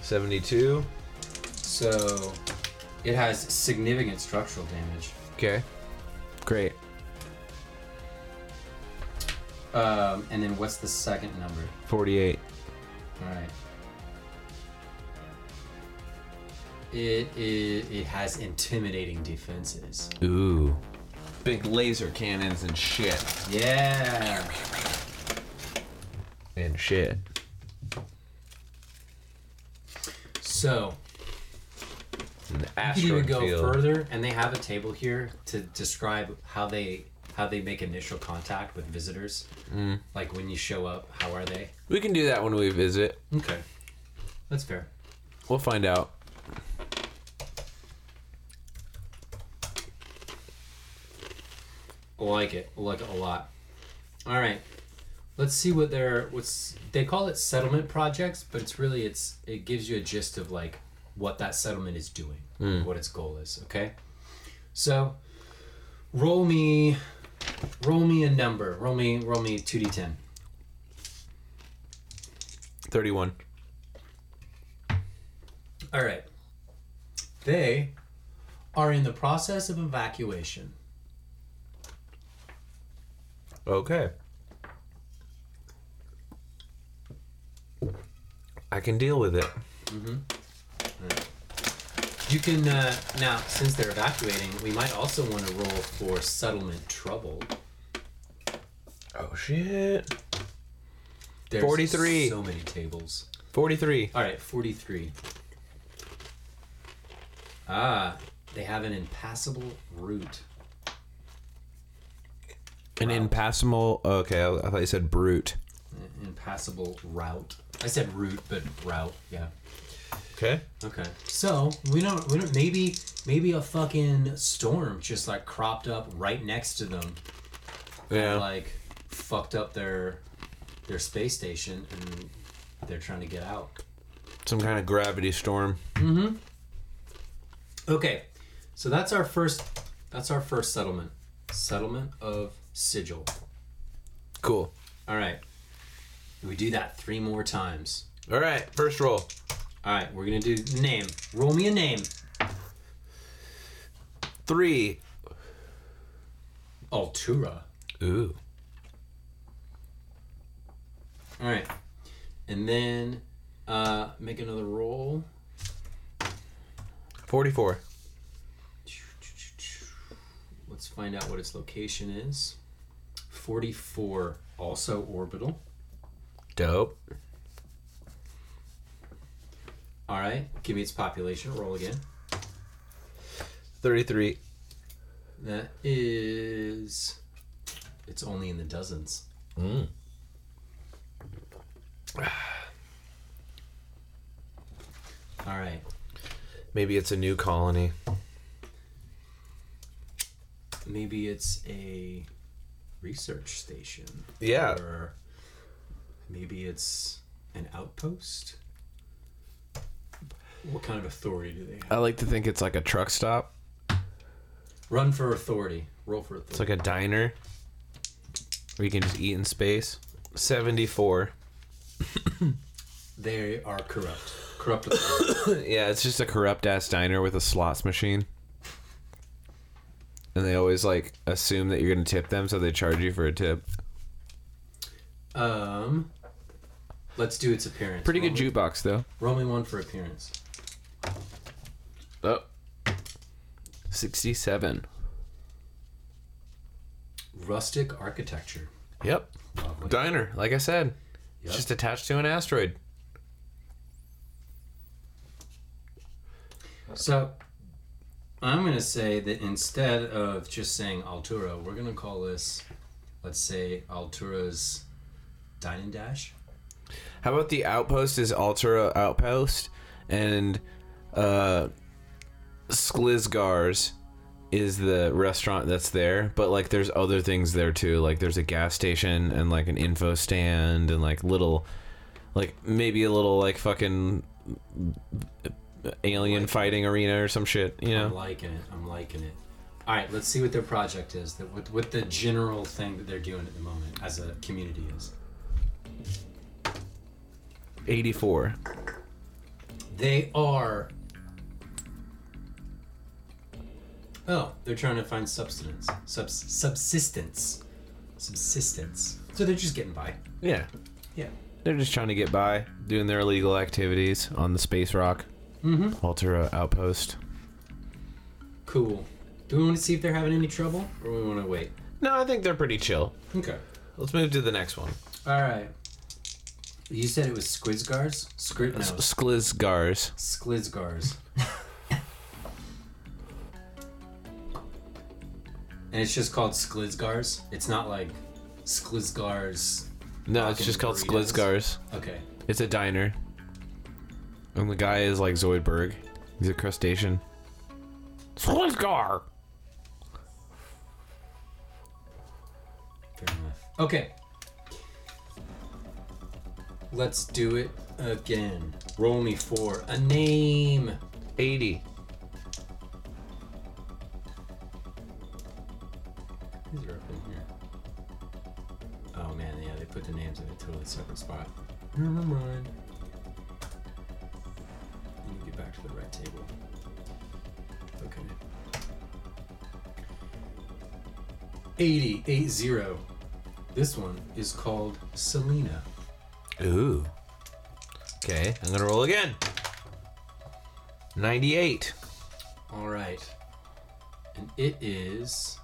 72. So it has significant structural damage. Okay. Great. Um, and then what's the second number? 48. All right. It, it it has intimidating defenses. Ooh. Big laser cannons and shit. Yeah. And shit. So And You the can asteroid even go field. further, and they have a table here to describe how they how they make initial contact with visitors. Like when you show up, how are they? We can do that when we visit. Okay, that's fair. We'll find out. Like it, like it a lot. All right, let's see what they're what's they call it settlement projects, but it's really it's it gives you a gist of like what that settlement is doing, what its goal is. Okay, so roll me, roll me a number. Roll me, roll me two d ten. 31. All right. They are in the process of evacuation. Okay. I can deal with it. You can uh, now, since they're evacuating, we might also want to roll for settlement trouble. Oh, shit. There's 43. So many tables. 43. All right, forty-three. Ah, they have an impassable route. An impassable. Okay, I, I thought you said brute. An impassable route. I said route, but route. Yeah. Okay. Okay. So we don't. We don't. Maybe. Maybe a fucking storm just like cropped up right next to them. Yeah. like fucked up their their space station and they're trying to get out. Some kind of gravity storm. Okay. So that's our first that's our first settlement. Settlement of sigil. Cool. All right. We do that 3 more times. All right, first roll. All right, we're going to do name. Roll me a name. Three. Altura. Ooh. All right. And then uh make another roll. 44. Let's find out what its location is. 44 also orbital. Dope. All right, give me its population. Roll again. 33. That is. It's only in the dozens. (sighs) All right. Maybe it's a new colony. Maybe it's a research station. Yeah. Or maybe it's an outpost. What kind of authority do they have? I like to think it's like a truck stop. Run for authority. Roll for authority. It's like a diner where you can just eat in space. 74. they are corrupt. Corrupt authority. yeah, it's just a corrupt ass diner with a slots machine. And they always like assume that you're going to tip them, so they charge you for a tip. Um, let's do its appearance. Pretty good Roll me- jukebox though. Roll me one for appearance. Oh. 67. Rustic architecture. Yep. Lovely. Diner, like I said. It's Yep. just attached to an asteroid. So, I'm gonna say that instead of just saying Altura, we're gonna call this, let's say Altura's Dine and Dash. How about the outpost is Altura Outpost and uh Sklizgar's is the restaurant that's there, but like there's other things there too. Like there's a gas station and like an info stand and like little like maybe a little like fucking alien fighting arena or some shit, you I'm know. liking it. I'm liking it. All right, let's see what their project is. That what, what the general thing that they're doing at the moment as a community is. 84. They are. Oh, they're trying to find substance. Subs- subsistence. Subsistence. So they're just getting by. Yeah. Yeah. They're just trying to get by, doing their illegal activities on the space rock. Mm-hmm. Altura outpost. Cool. Do we want to see if they're having any trouble, or we want to wait? No, I think they're pretty chill. Okay. Let's move to the next one. All right. You said it was Squizgars? Squid? No, Sklizgars. Sklizgars. and it's just called Sklizgars. It's not like Sklizgars. No, it's just called Fucking burritos. Sklizgars. Okay. It's a diner. And the guy is like Zoidberg. He's a crustacean. Sklizgar! Fair enough. Okay. Let's do it again. Roll me for a name. 80. These are up in here. Oh man, yeah, they put the names in a totally separate spot. Never mind. Let me get back to the right table. Okay. 80, 80. This one is called Selena. Ooh. Okay, I'm gonna roll again. 98. All right. And it is.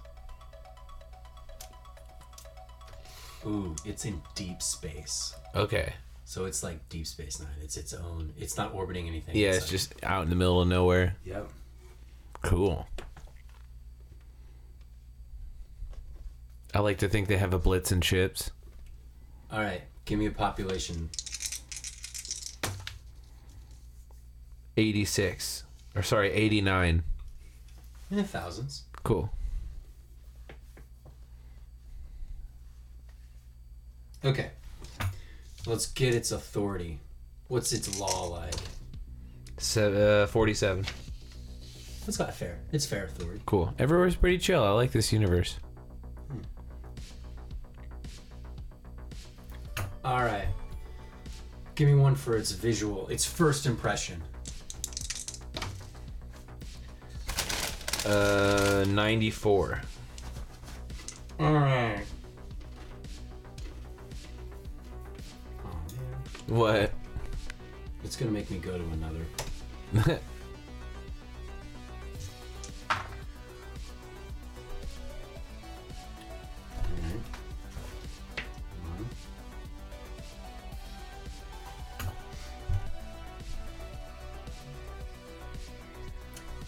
Ooh, it's in deep space. Okay. So it's like Deep Space Nine. It's its own. It's not orbiting anything. Yeah, it's like- just out in the middle of nowhere. Yep. Cool. I like to think they have a blitz and chips. All right. Give me a population. 86. Or sorry, 89. Eh, thousands. Cool. Okay. Let's get its authority. What's its law like? Se- uh, 47. That's got fair. It's fair authority. Cool. Everywhere's pretty chill. I like this universe. All right. Give me one for its visual. Its first impression. Uh, 94. All right. Oh man. What? It's gonna make me go to another. Alright. One.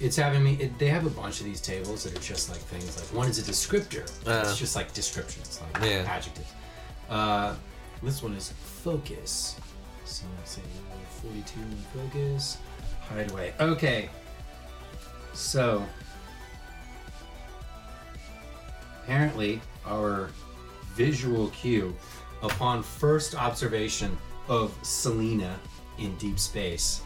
It's having me. It, they have a bunch of these tables that are just like things. Like one is a descriptor. Uh. it's just like descriptions, like Yeah. adjectives. Uh, this one is focus. So let's say we roll 42 in focus. Hideaway. Okay. So apparently our visual cue upon first observation of Selena in deep space,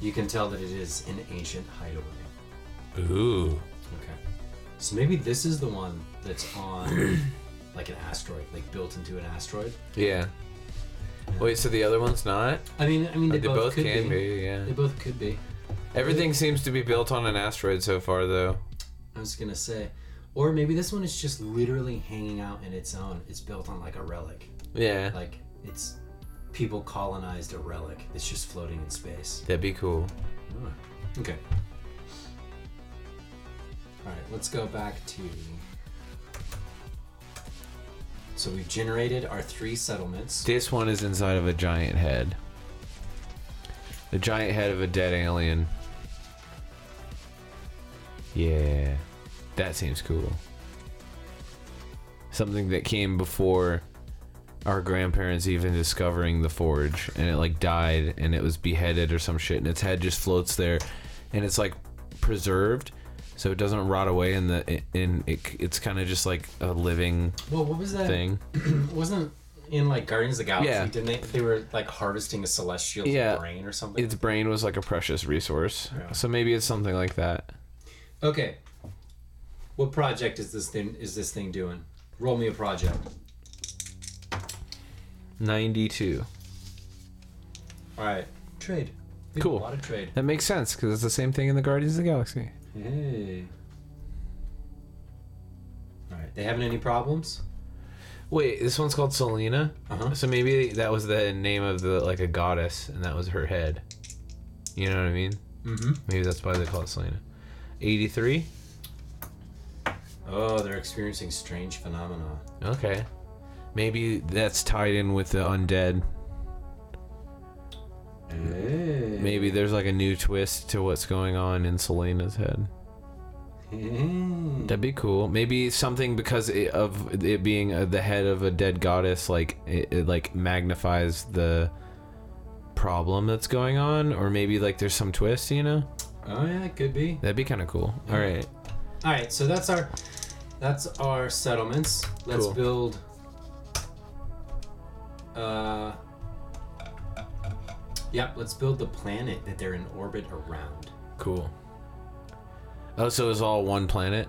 you can tell that it is an ancient hideaway. Ooh. Okay. So maybe this is the one that's (clears throat) on like an asteroid, like built into an asteroid. Yeah. Wait, so the other one's not? I mean, I mean, they, Uh, They both, both could can be. be, yeah. They both could be. Everything seems to be built on an asteroid so far, though. I was gonna say, or maybe this one is just literally hanging out in its own. It's built on like a relic, Yeah. like it's people colonized a relic. It's just floating in space. That'd be cool. Okay. All right, let's go back to. So we've generated our three settlements. This one is inside of a giant head. The giant head of a dead alien. Yeah. That seems cool. Something that came before our grandparents even discovering the forge and it like died and it was beheaded or some shit and its head just floats there and it's like preserved so it doesn't rot away in the in it it's kind of just like a living Well, what was that? thing Wasn't in like Guardians of the Galaxy? Yeah. Didn't they? They were like harvesting a celestial's Yeah. brain or something. its brain was like a precious resource. Yeah. So maybe it's something like that. Okay. What project is this thing is this thing doing? Roll me a project. 92. All right. Trade. We did Cool. A lot of trade. That makes sense because it's the same thing in the Guardians of the Galaxy. Hey. All right. They having any problems? Wait, this one's called Selena. Uh-huh. So maybe that was the name of the like a goddess and that was her head. You know what I mean? Mm-hmm. Maybe that's why they call it Selena. 83? Oh, they're experiencing strange phenomena. Okay. Maybe that's tied in with the undead. Hey. Mm-hmm. Maybe there's like a new twist to what's going on in Selena's head. Hey. That'd be cool. Maybe something because it, of it being uh, the head of a dead goddess, like it, it like magnifies the problem that's going on, or maybe like there's some twist. You know, Oh yeah, it could be. that'd be kind of cool. All right, All right. So that's our that's our settlements. Let's Cool. build. Uh, Yeah, let's build the planet that they're in orbit around. Cool. Oh, so it's all one planet?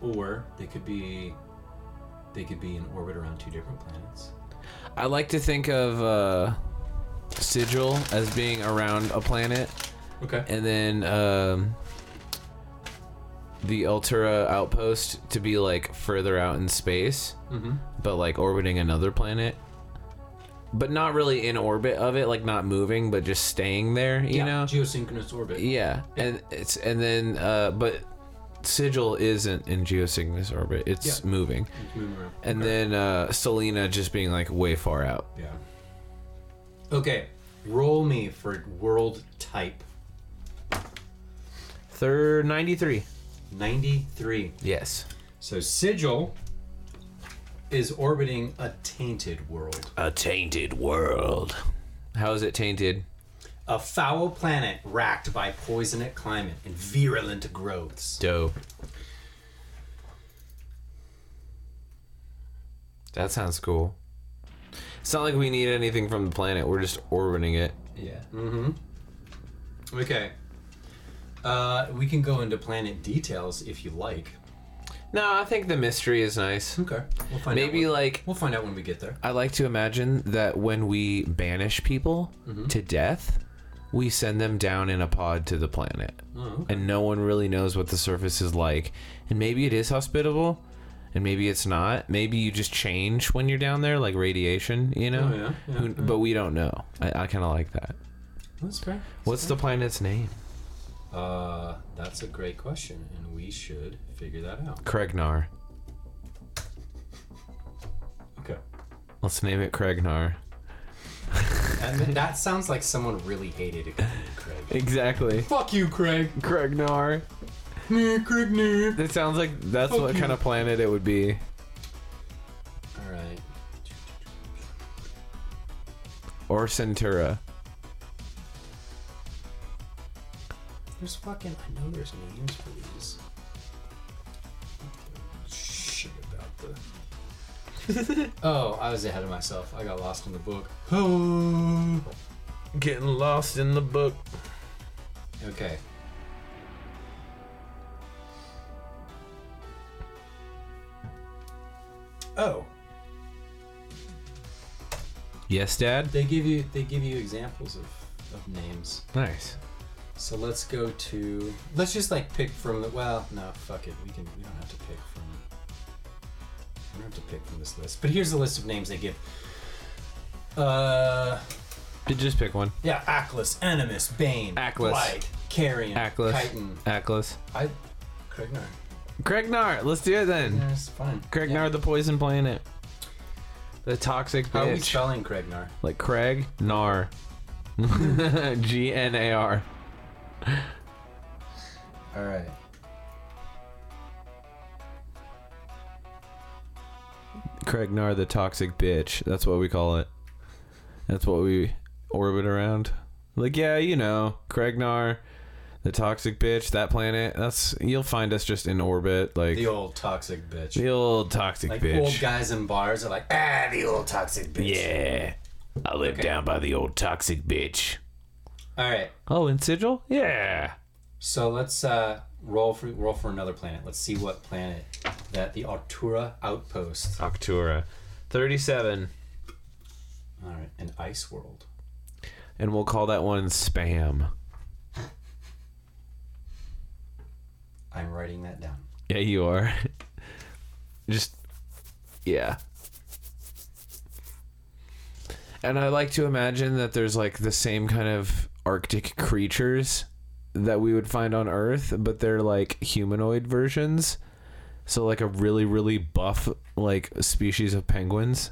Or they could be they could be in orbit around two different planets. I like to think of uh, Sigil as being around a planet, Okay. and then um, the Ultura outpost to be like further out in space, Mm-hmm. but like orbiting another planet. But not really in orbit of it, like not moving, but just staying there, you yeah, know? geosynchronous orbit. Yeah, and it's and then uh, but Sigil isn't in geosynchronous orbit; it's Yeah. moving. It's moving around. And then uh, Selena just being like way far out. Yeah. Okay, roll me for world type Third ninety three. 93. Yes. So Sigil is orbiting a tainted world, A tainted world. How is it tainted? a foul planet racked by poisonate climate and virulent growths. Dope. That sounds cool. It's not like we need anything from the planet. We're just orbiting it. Yeah. Mm-hmm. Okay. Uh, we can go into planet details if you like. No, I think the mystery is nice. Okay. We'll find out. Maybe when- like we'll find out when we get there. I like to imagine that when we banish people to death, we send them down in a pod to the planet. Oh, And no one really knows what the surface is like. And maybe it is hospitable, and maybe it's not. Maybe you just change when you're down there, like radiation, you know? yeah, yeah, Who- But we don't know. I, I kind of like that. That's fair. What's the planet's name? Uh, that's a great question, and we should figure that out. Kregnar. Okay. Let's name it Kregnar. And then that sounds like someone really hated it, Craig. (laughs) Exactly. Fuck you, Craig. Kregnar. Nah, Craig, nah. That sounds like that's Fuck what you. kind of planet it would be. All right. Or Centura. There's fucking. I know there's names for these. Shit about the. (laughs) oh, I was ahead of myself. I got lost in the book. Oh. Getting lost in the book. (gasps) Okay. Oh, Yes, Dad. they give you they give you examples of, of names. Nice. So let's go to. Let's just like pick from the. Well, no, fuck it. We can. We don't have to pick from. We don't have to pick from this list. But here's the list of names they give. Uh, Did just pick one. yeah, Ackless, Animus, Bane, Aklis. Blight, Carrion, Aklis. Chitin. Atlas. I, Krignar. Kregnar. Let's do it then. Yeah, it's fine. Kregnar, Yeah. the poison planet. The toxic How are we bitch. spelling Krignar? like Craig Nar. (laughs) G N A R. All right. Kregnar, the toxic bitch. That's what we call it. That's what we orbit around. Like, yeah, you know, Kregnar, the toxic bitch. That planet. That's you'll find us just in orbit, like The old toxic bitch. the old toxic like bitch. old guys in bars are like, ah, the old toxic bitch. Yeah. I live down by the old toxic bitch. All right. Oh, in Sigil? Yeah. So let's uh, roll for roll for another planet. Let's see what planet that the Artura outpost. Octura. 37. All right, an ice world. And we'll call that one Spam. I'm writing that down. Yeah, you are. (laughs) Just, yeah. And I like to imagine that there's like the same kind of Arctic creatures that we would find on Earth, but they're like humanoid versions. So, like a really, really buff, like species of penguins.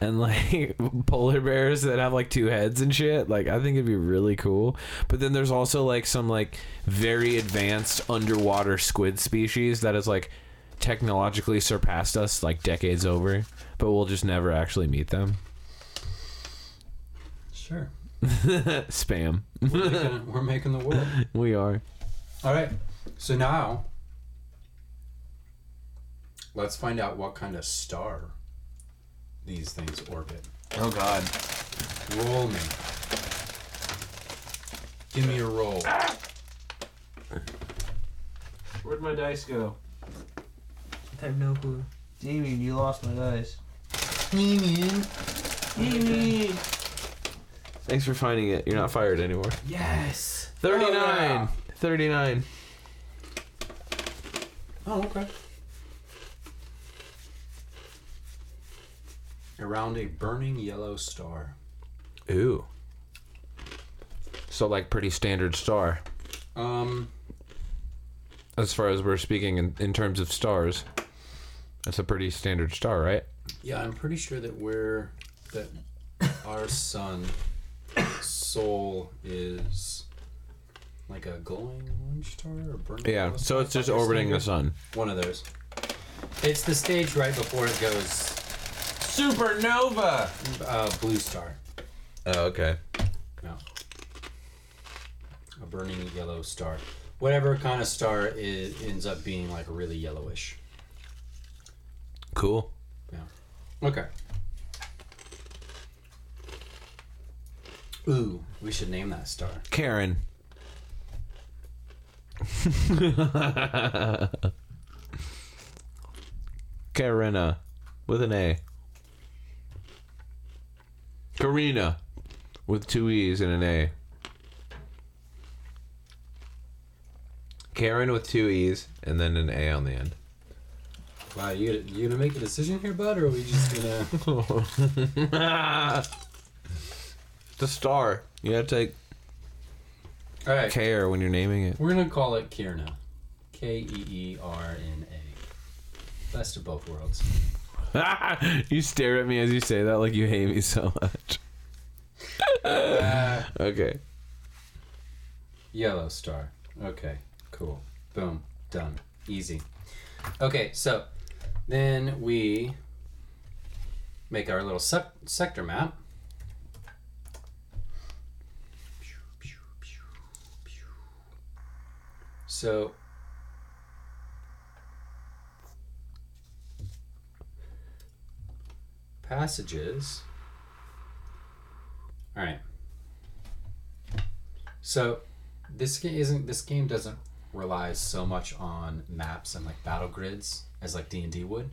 And like (laughs) polar bears that have like two heads and shit. Like, I think it'd be really cool. But then there's also like some like very advanced underwater squid species that is like technologically surpassed us like decades over, but we'll just never actually meet them. Sure. (laughs) Spam. (laughs) We're making, we're making the world. We are. All right. So now, let's find out what kind of star these things orbit. Oh God. Roll me. Give me a roll. Where'd my dice go? I have no clue. Damien, you lost my dice. Damien. Thanks for finding it. You're not fired anymore. Yes. 39. 39. Oh, okay. Around a burning yellow star. Ooh. So like pretty standard star Um, as far as we're speaking in, in terms of stars. That's a pretty standard star, right? yeah, I'm pretty sure that we're that our sun soul is like a glowing orange star or burning. Yeah. yellow So star? it's just Fuck, I orbiting the staggered. sun. One of those. It's the stage right before it goes Supernova. uh, blue star. Oh, okay. No. A burning yellow star. Whatever kind of star is, ends up being like really yellowish. Cool. Yeah. Okay. Ooh, we should name that star. Karen. Karina. With an A. Karina. With two E's and an A. Karen with two E's and then an A on the end. Wow, you gonna, you gonna make a decision here, bud, or are we just (laughs) gonna? The star. You gotta take All right, care when you're naming it. we're gonna call it Kierna. K e e r n a. Best of both worlds. (laughs) you stare at me as you say that like you hate me so (laughs) much. okay. Yellow star. Okay, cool. Boom. Done. Easy. Okay, so then we make our little sec- sector map. So passages. All right. So this game isn't this game doesn't rely so much on maps and like battle grids as like d&d would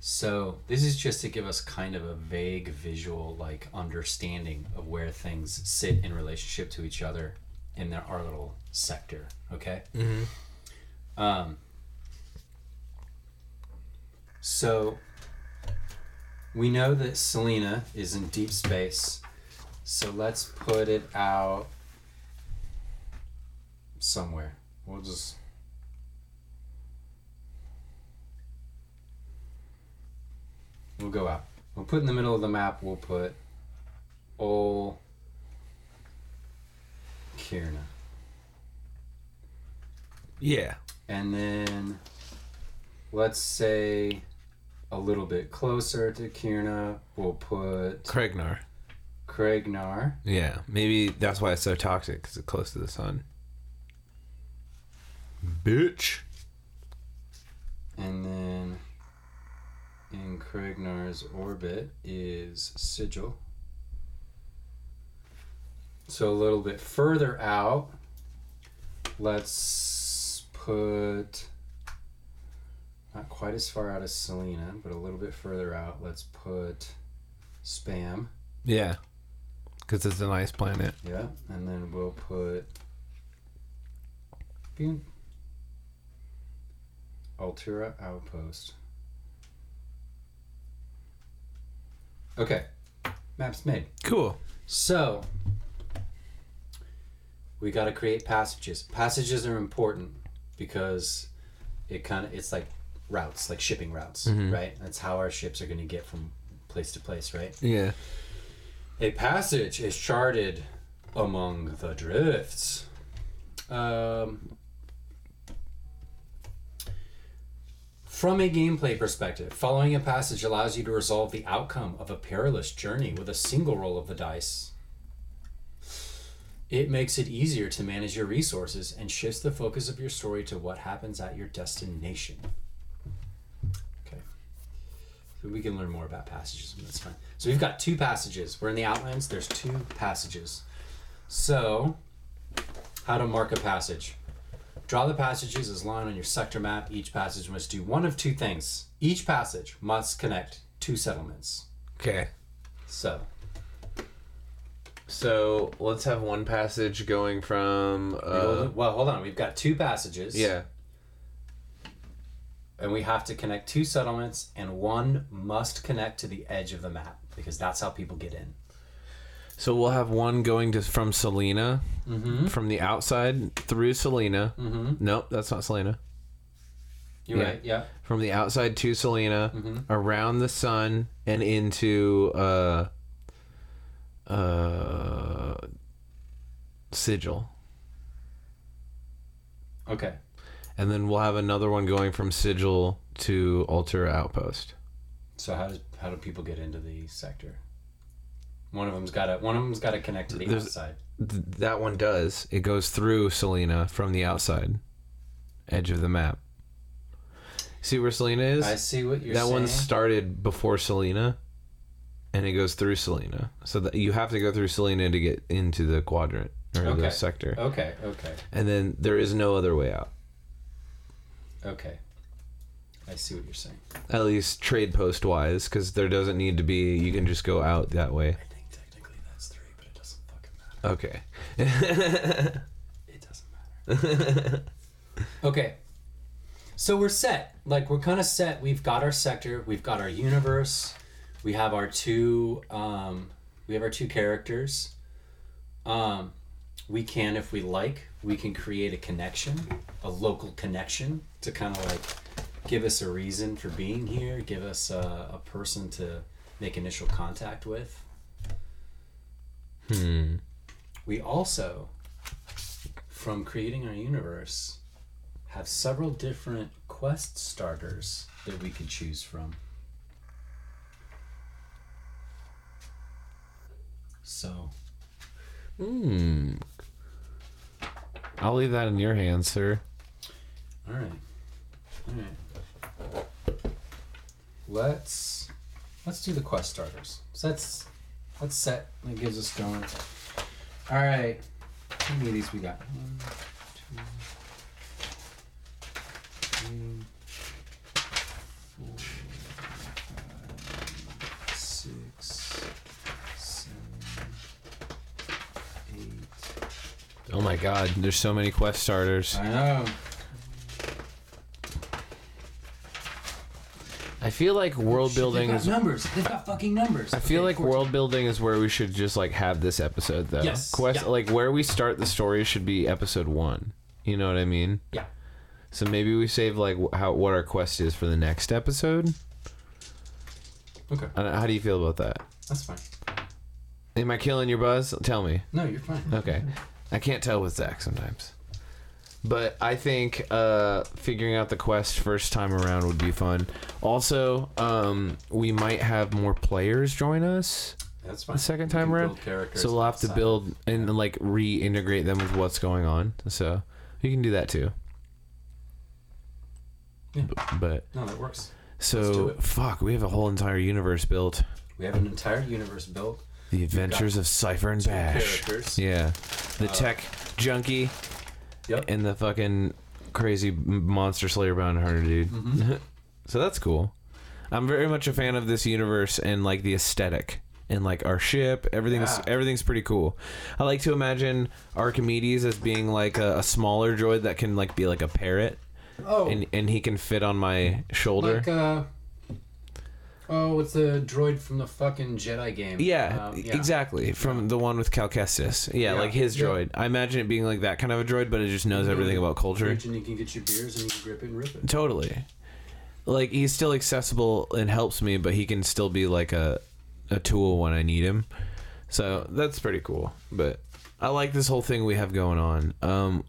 so this is just to give us kind of a vague visual like understanding of where things sit in relationship to each other in their, our little sector okay mm-hmm. um, so we know that selena is in deep space so let's put it out somewhere. We'll just. We'll go out. We'll put in the middle of the map, we'll put old Kierna. Yeah. And then let's say a little bit closer to Kierna, we'll put Kregnar. Craignar. Yeah. Maybe that's why it's so toxic because it's close to the sun. Bitch. And then in Kragnar's orbit is Sigil. So a little bit further out, let's put not quite as far out as Selena, but a little bit further out, let's put Spam. Yeah. Because it's an ice planet. Yeah, and then we'll put Bean. Altura Outpost. Okay, map's made. Cool. So we got to create passages. Passages are important because it kind of it's like routes, like shipping routes, right? That's how our ships are going to get from place to place, right? Yeah. A passage is charted among the drifts. Um, from a gameplay perspective, following a passage allows you to resolve the outcome of a perilous journey with a single roll of the dice. It makes it easier to manage your resources and shifts the focus of your story to what happens at your destination. Okay. So we can learn more about passages, and that's fine. So we've got two passages. We're in the Outlands. There's two passages. So How to mark a passage. Draw the passages as line on your sector map. Each passage must do one of two things. Each passage must connect two settlements. Okay. So, So let's have one passage going from. Uh, well, hold on. We've got two passages. yeah. and we have to connect two settlements, and one must connect to the edge of the map because that's how people get in. So we'll have one going to from Selena, from the outside through Selena. Mm-hmm. Nope, that's not Selena. You're Yeah. right. Yeah. From the outside to Selena, around the sun, and into uh, uh, Sigil. Okay. And then we'll have another one going from Sigil to Alter Outpost. So how does how do people get into the sector? One of them's got to one of them's got to connect to the There's- outside. Th- that one does. It goes through Selena from the outside edge of the map. See where Selena is? I see what you're that saying. one started before Selena, and it goes through Selena. So that you have to go through Selena to get into the quadrant or Okay. the sector, okay. Okay. and then there is no other way out. Okay. I see what you're saying. At least trade post wise, because there doesn't need to be. You can just go out that way. I think technically that's three, but it doesn't fucking matter. Okay. It doesn't matter. (laughs) okay. So we're set. Like we're kind of set. We've got our sector. We've got our universe. We have our two. Um, we have our two characters. Um, we can, if we like, we can create a connection, a local connection, to kind of like give us a reason for being here. Give us a, a person to make initial contact with. We also from creating our universe have several different quest starters that we could choose from. So, I'll leave that in your hands, sir. all right. All right. Let's let's do the quest starters. So that's that's set. That gives us going. All right. How many of these we got? One, six, seven, eight. Oh my God! There's so many quest starters. I know. I feel like world building They've got is. numbers. They've got fucking numbers. I feel like world building is where we should just like have this episode though. Yes, Quest yeah. like where we start the story should be episode 1. You know what I mean? Yeah. So maybe we save like wh- how what our quest is for the next episode. Okay, I don't- How do you feel about that? that's fine. Am I killing your buzz? Tell me. No, you're fine. Okay. I can't tell with Zach sometimes. But I think uh, figuring out the quest first time around would be fun. Also, um, we might have more players join us. That's fine. the second You time can around. build characters So we'll have to outside. build and like reintegrate them with what's going on. So you can do that too. Yeah. B- But No, that works. do so it. fuck, we have a whole entire universe built. We have an entire universe built. The Adventures of Cipher and Bash. characters. Yeah. The tech junkie Uh, Yep. and the fucking crazy m- monster slayer bound hunter dude. Mm-hmm. (laughs) so that's cool. I'm very much a fan of this universe and like the aesthetic and like our ship. Everything's Yeah. everything's pretty cool. I like to imagine Archimedes as being like a, a smaller droid that can like be like a parrot oh, and and he can fit on my shoulder. like uh, oh, what's the droid from the fucking Jedi game? yeah, e, Um, yeah. exactly. From the one with Calcestis. Yeah, Yeah, like his yeah. Mm-hmm. droid. I imagine it being like that kind of a droid, but it just knows everything about culture. And you can get your beers and you can grip it and rip it. Totally. Like he's still accessible and helps me, but he can still be like a a tool when I need him. So that's pretty cool. But I like this whole thing we have going on. Um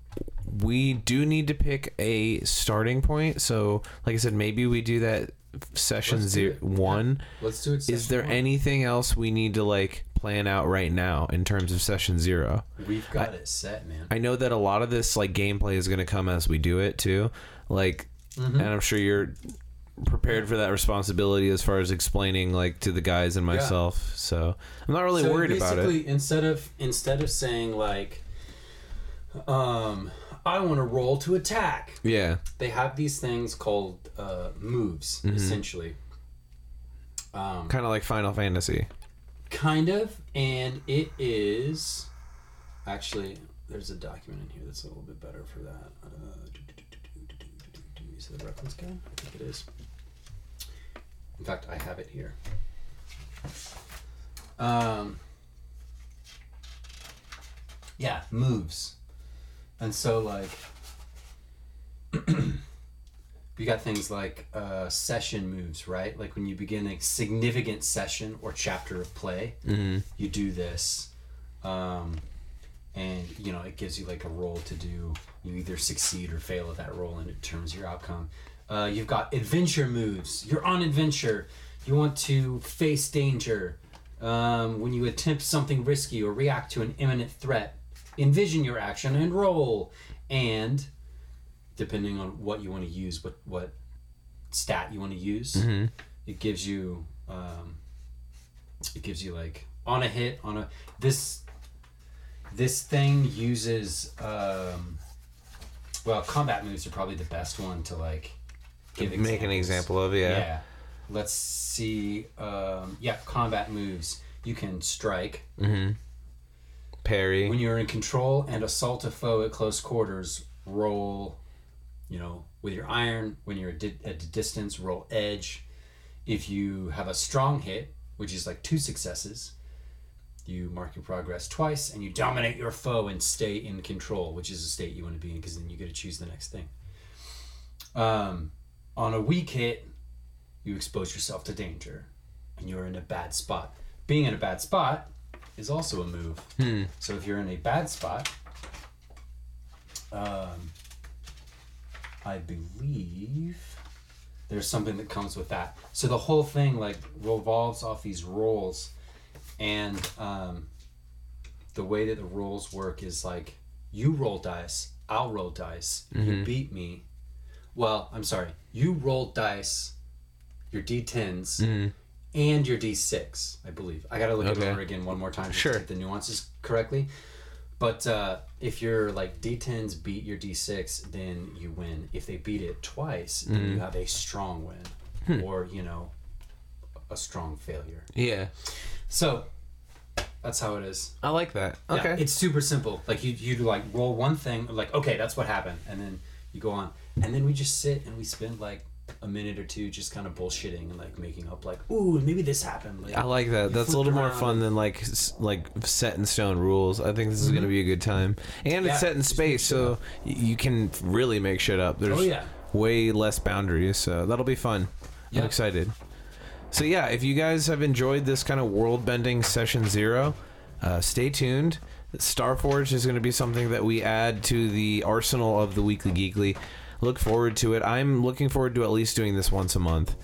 we do need to pick a starting point. So like I said, maybe we do that session Let's do zero it. one. Let's do it. Is there session anything else we need to like plan out right now in terms of session zero? one. We've got it set, man. I know that a lot of this like gameplay is going to come as we do it too. Like, and I'm sure you're prepared for that responsibility as far as explaining like to the guys and myself. So I'm not really so worried about it. basically, Instead of instead of saying like, Um, I want to roll to attack. Yeah. They have these things called uh, moves, essentially. Um, Kind of like Final Fantasy. Kind of, and it is actually there's a document in here that's a little bit better for that. Uh, do, do, do, do, do, do, do, do, do. Is it a reference guide? I think it is. In fact, I have it here. Um, yeah, moves, and so like you got things like uh, session moves, right? Like when you begin a significant session or chapter of play, you do this. Um, and you know it gives you like a roll to do you either succeed or fail at that roll and it determines your outcome uh, you've got adventure moves you're on adventure you want to face danger um, when you attempt something risky or react to an imminent threat envision your action and roll and depending on what you want to use what what stat you want to use Mm-hmm. it gives you um, it gives you like on a hit on a this this thing uses um well combat moves are probably the best one to like give Make an examples. example of yeah. yeah. let's see um yeah combat moves you can strike Parry. when you're in control and assault a foe at close quarters roll you know with your iron when you're at, di- at a distance roll edge if you have a strong hit which is like two successes you mark your progress twice and you dominate your foe and stay in control which is a state you want to be in because then you get to choose the next thing um, on a weak hit you expose yourself to danger and you're in a bad spot being in a bad spot is also a move so if you're in a bad spot, um, I believe there's something that comes with that. So the whole thing like revolves off these roles, and um, the way that the roles work is like you roll dice, I'll roll dice. You beat me. Well, I'm sorry. You roll dice, your d10s, and your d6. I believe I gotta look it Okay. over again one more time to Sure. get the nuances correctly. But uh, if your like d10s beat your d6, then you win. If they beat it twice, then Mm. you have a strong win, Hmm. or you know, a strong failure. Yeah. So that's how it is. I like that. Yeah, Okay. it's super simple. Like you, you like roll one thing, like okay, that's what happened, and then you go on, and then we just sit and we spend like a minute or two just kind of bullshitting and like making up, like ooh, maybe this happened. Like, I like that. That's a flip little more around. fun than like s- like set in stone rules. I think this is gonna be a good time, and Yeah, it's set in space, so y- you can really make shit up. There's Oh, yeah. way less boundaries, so that'll be fun. Yeah. I'm excited. So yeah, if you guys have enjoyed this kind of world bending session zero, uh, stay tuned. Starforge is going to be something that we add to the arsenal of the Weekly Geekly. Look forward to it. I'm looking forward to at least doing this once a month.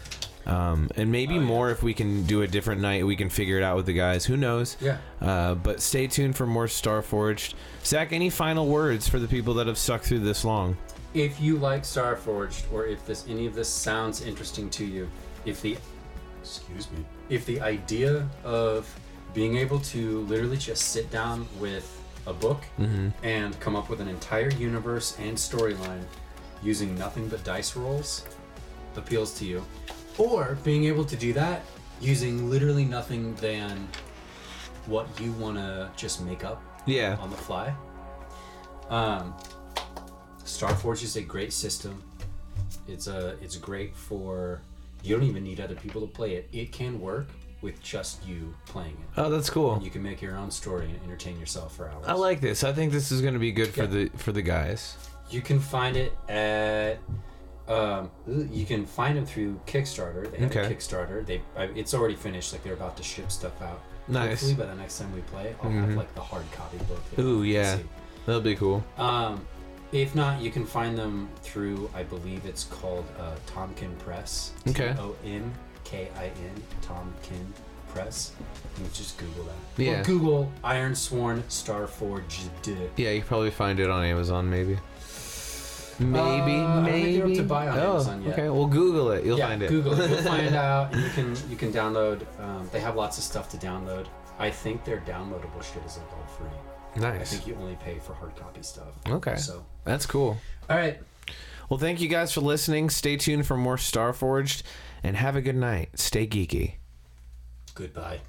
Um, and maybe more if we can do a different night. We can figure it out with the guys. Who knows? Yeah. Uh, but stay tuned for more Starforged. Zach, any final words for the people that have stuck through this long? if you like Starforged, or if this any of this sounds interesting to you, if the excuse me, if the idea of being able to literally just sit down with a book and come up with an entire universe and storyline using nothing but dice rolls appeals to you, or being able to do that using literally nothing than what you want to just make up Yeah. on the fly. Um, Starforge is a great system. It's a it's great for you don't even need other people to play it. It can work with just you playing it. Oh, that's cool. You can make your own story and entertain yourself for hours. I like this. I think this is going to be good for Yeah. the for the guys. You can find it at. Um, you can find them through Kickstarter. They have Okay. a Kickstarter. They I, it's already finished. Like they're about to ship stuff out. Nice. Mm-hmm. Hopefully, by the next time we play, I'll have like the hard copy book. that Ooh, you can yeah. see. That'll be cool. Um, if not, you can find them through, I believe it's called uh, Tomkin Press. Okay. O M K I N, Tomkin Press. You can just Google that. Yeah. Or Google Iron Sworn Starforged. Yeah, you can probably find it on Amazon, maybe. Maybe, Uh, I don't think maybe. they're up to buy on oh, Amazon yet. okay. Well, Google it. You'll yeah, find it. (laughs) Google it. You'll find out, and you can you can download. Um, they have lots of stuff to download. I think their downloadable shit is like all free. I Nice. think you only pay for hard copy stuff. Okay. So, That's cool. all right. Well, thank you guys for listening. Stay tuned for more Starforged and have a good night. Stay geeky. Goodbye.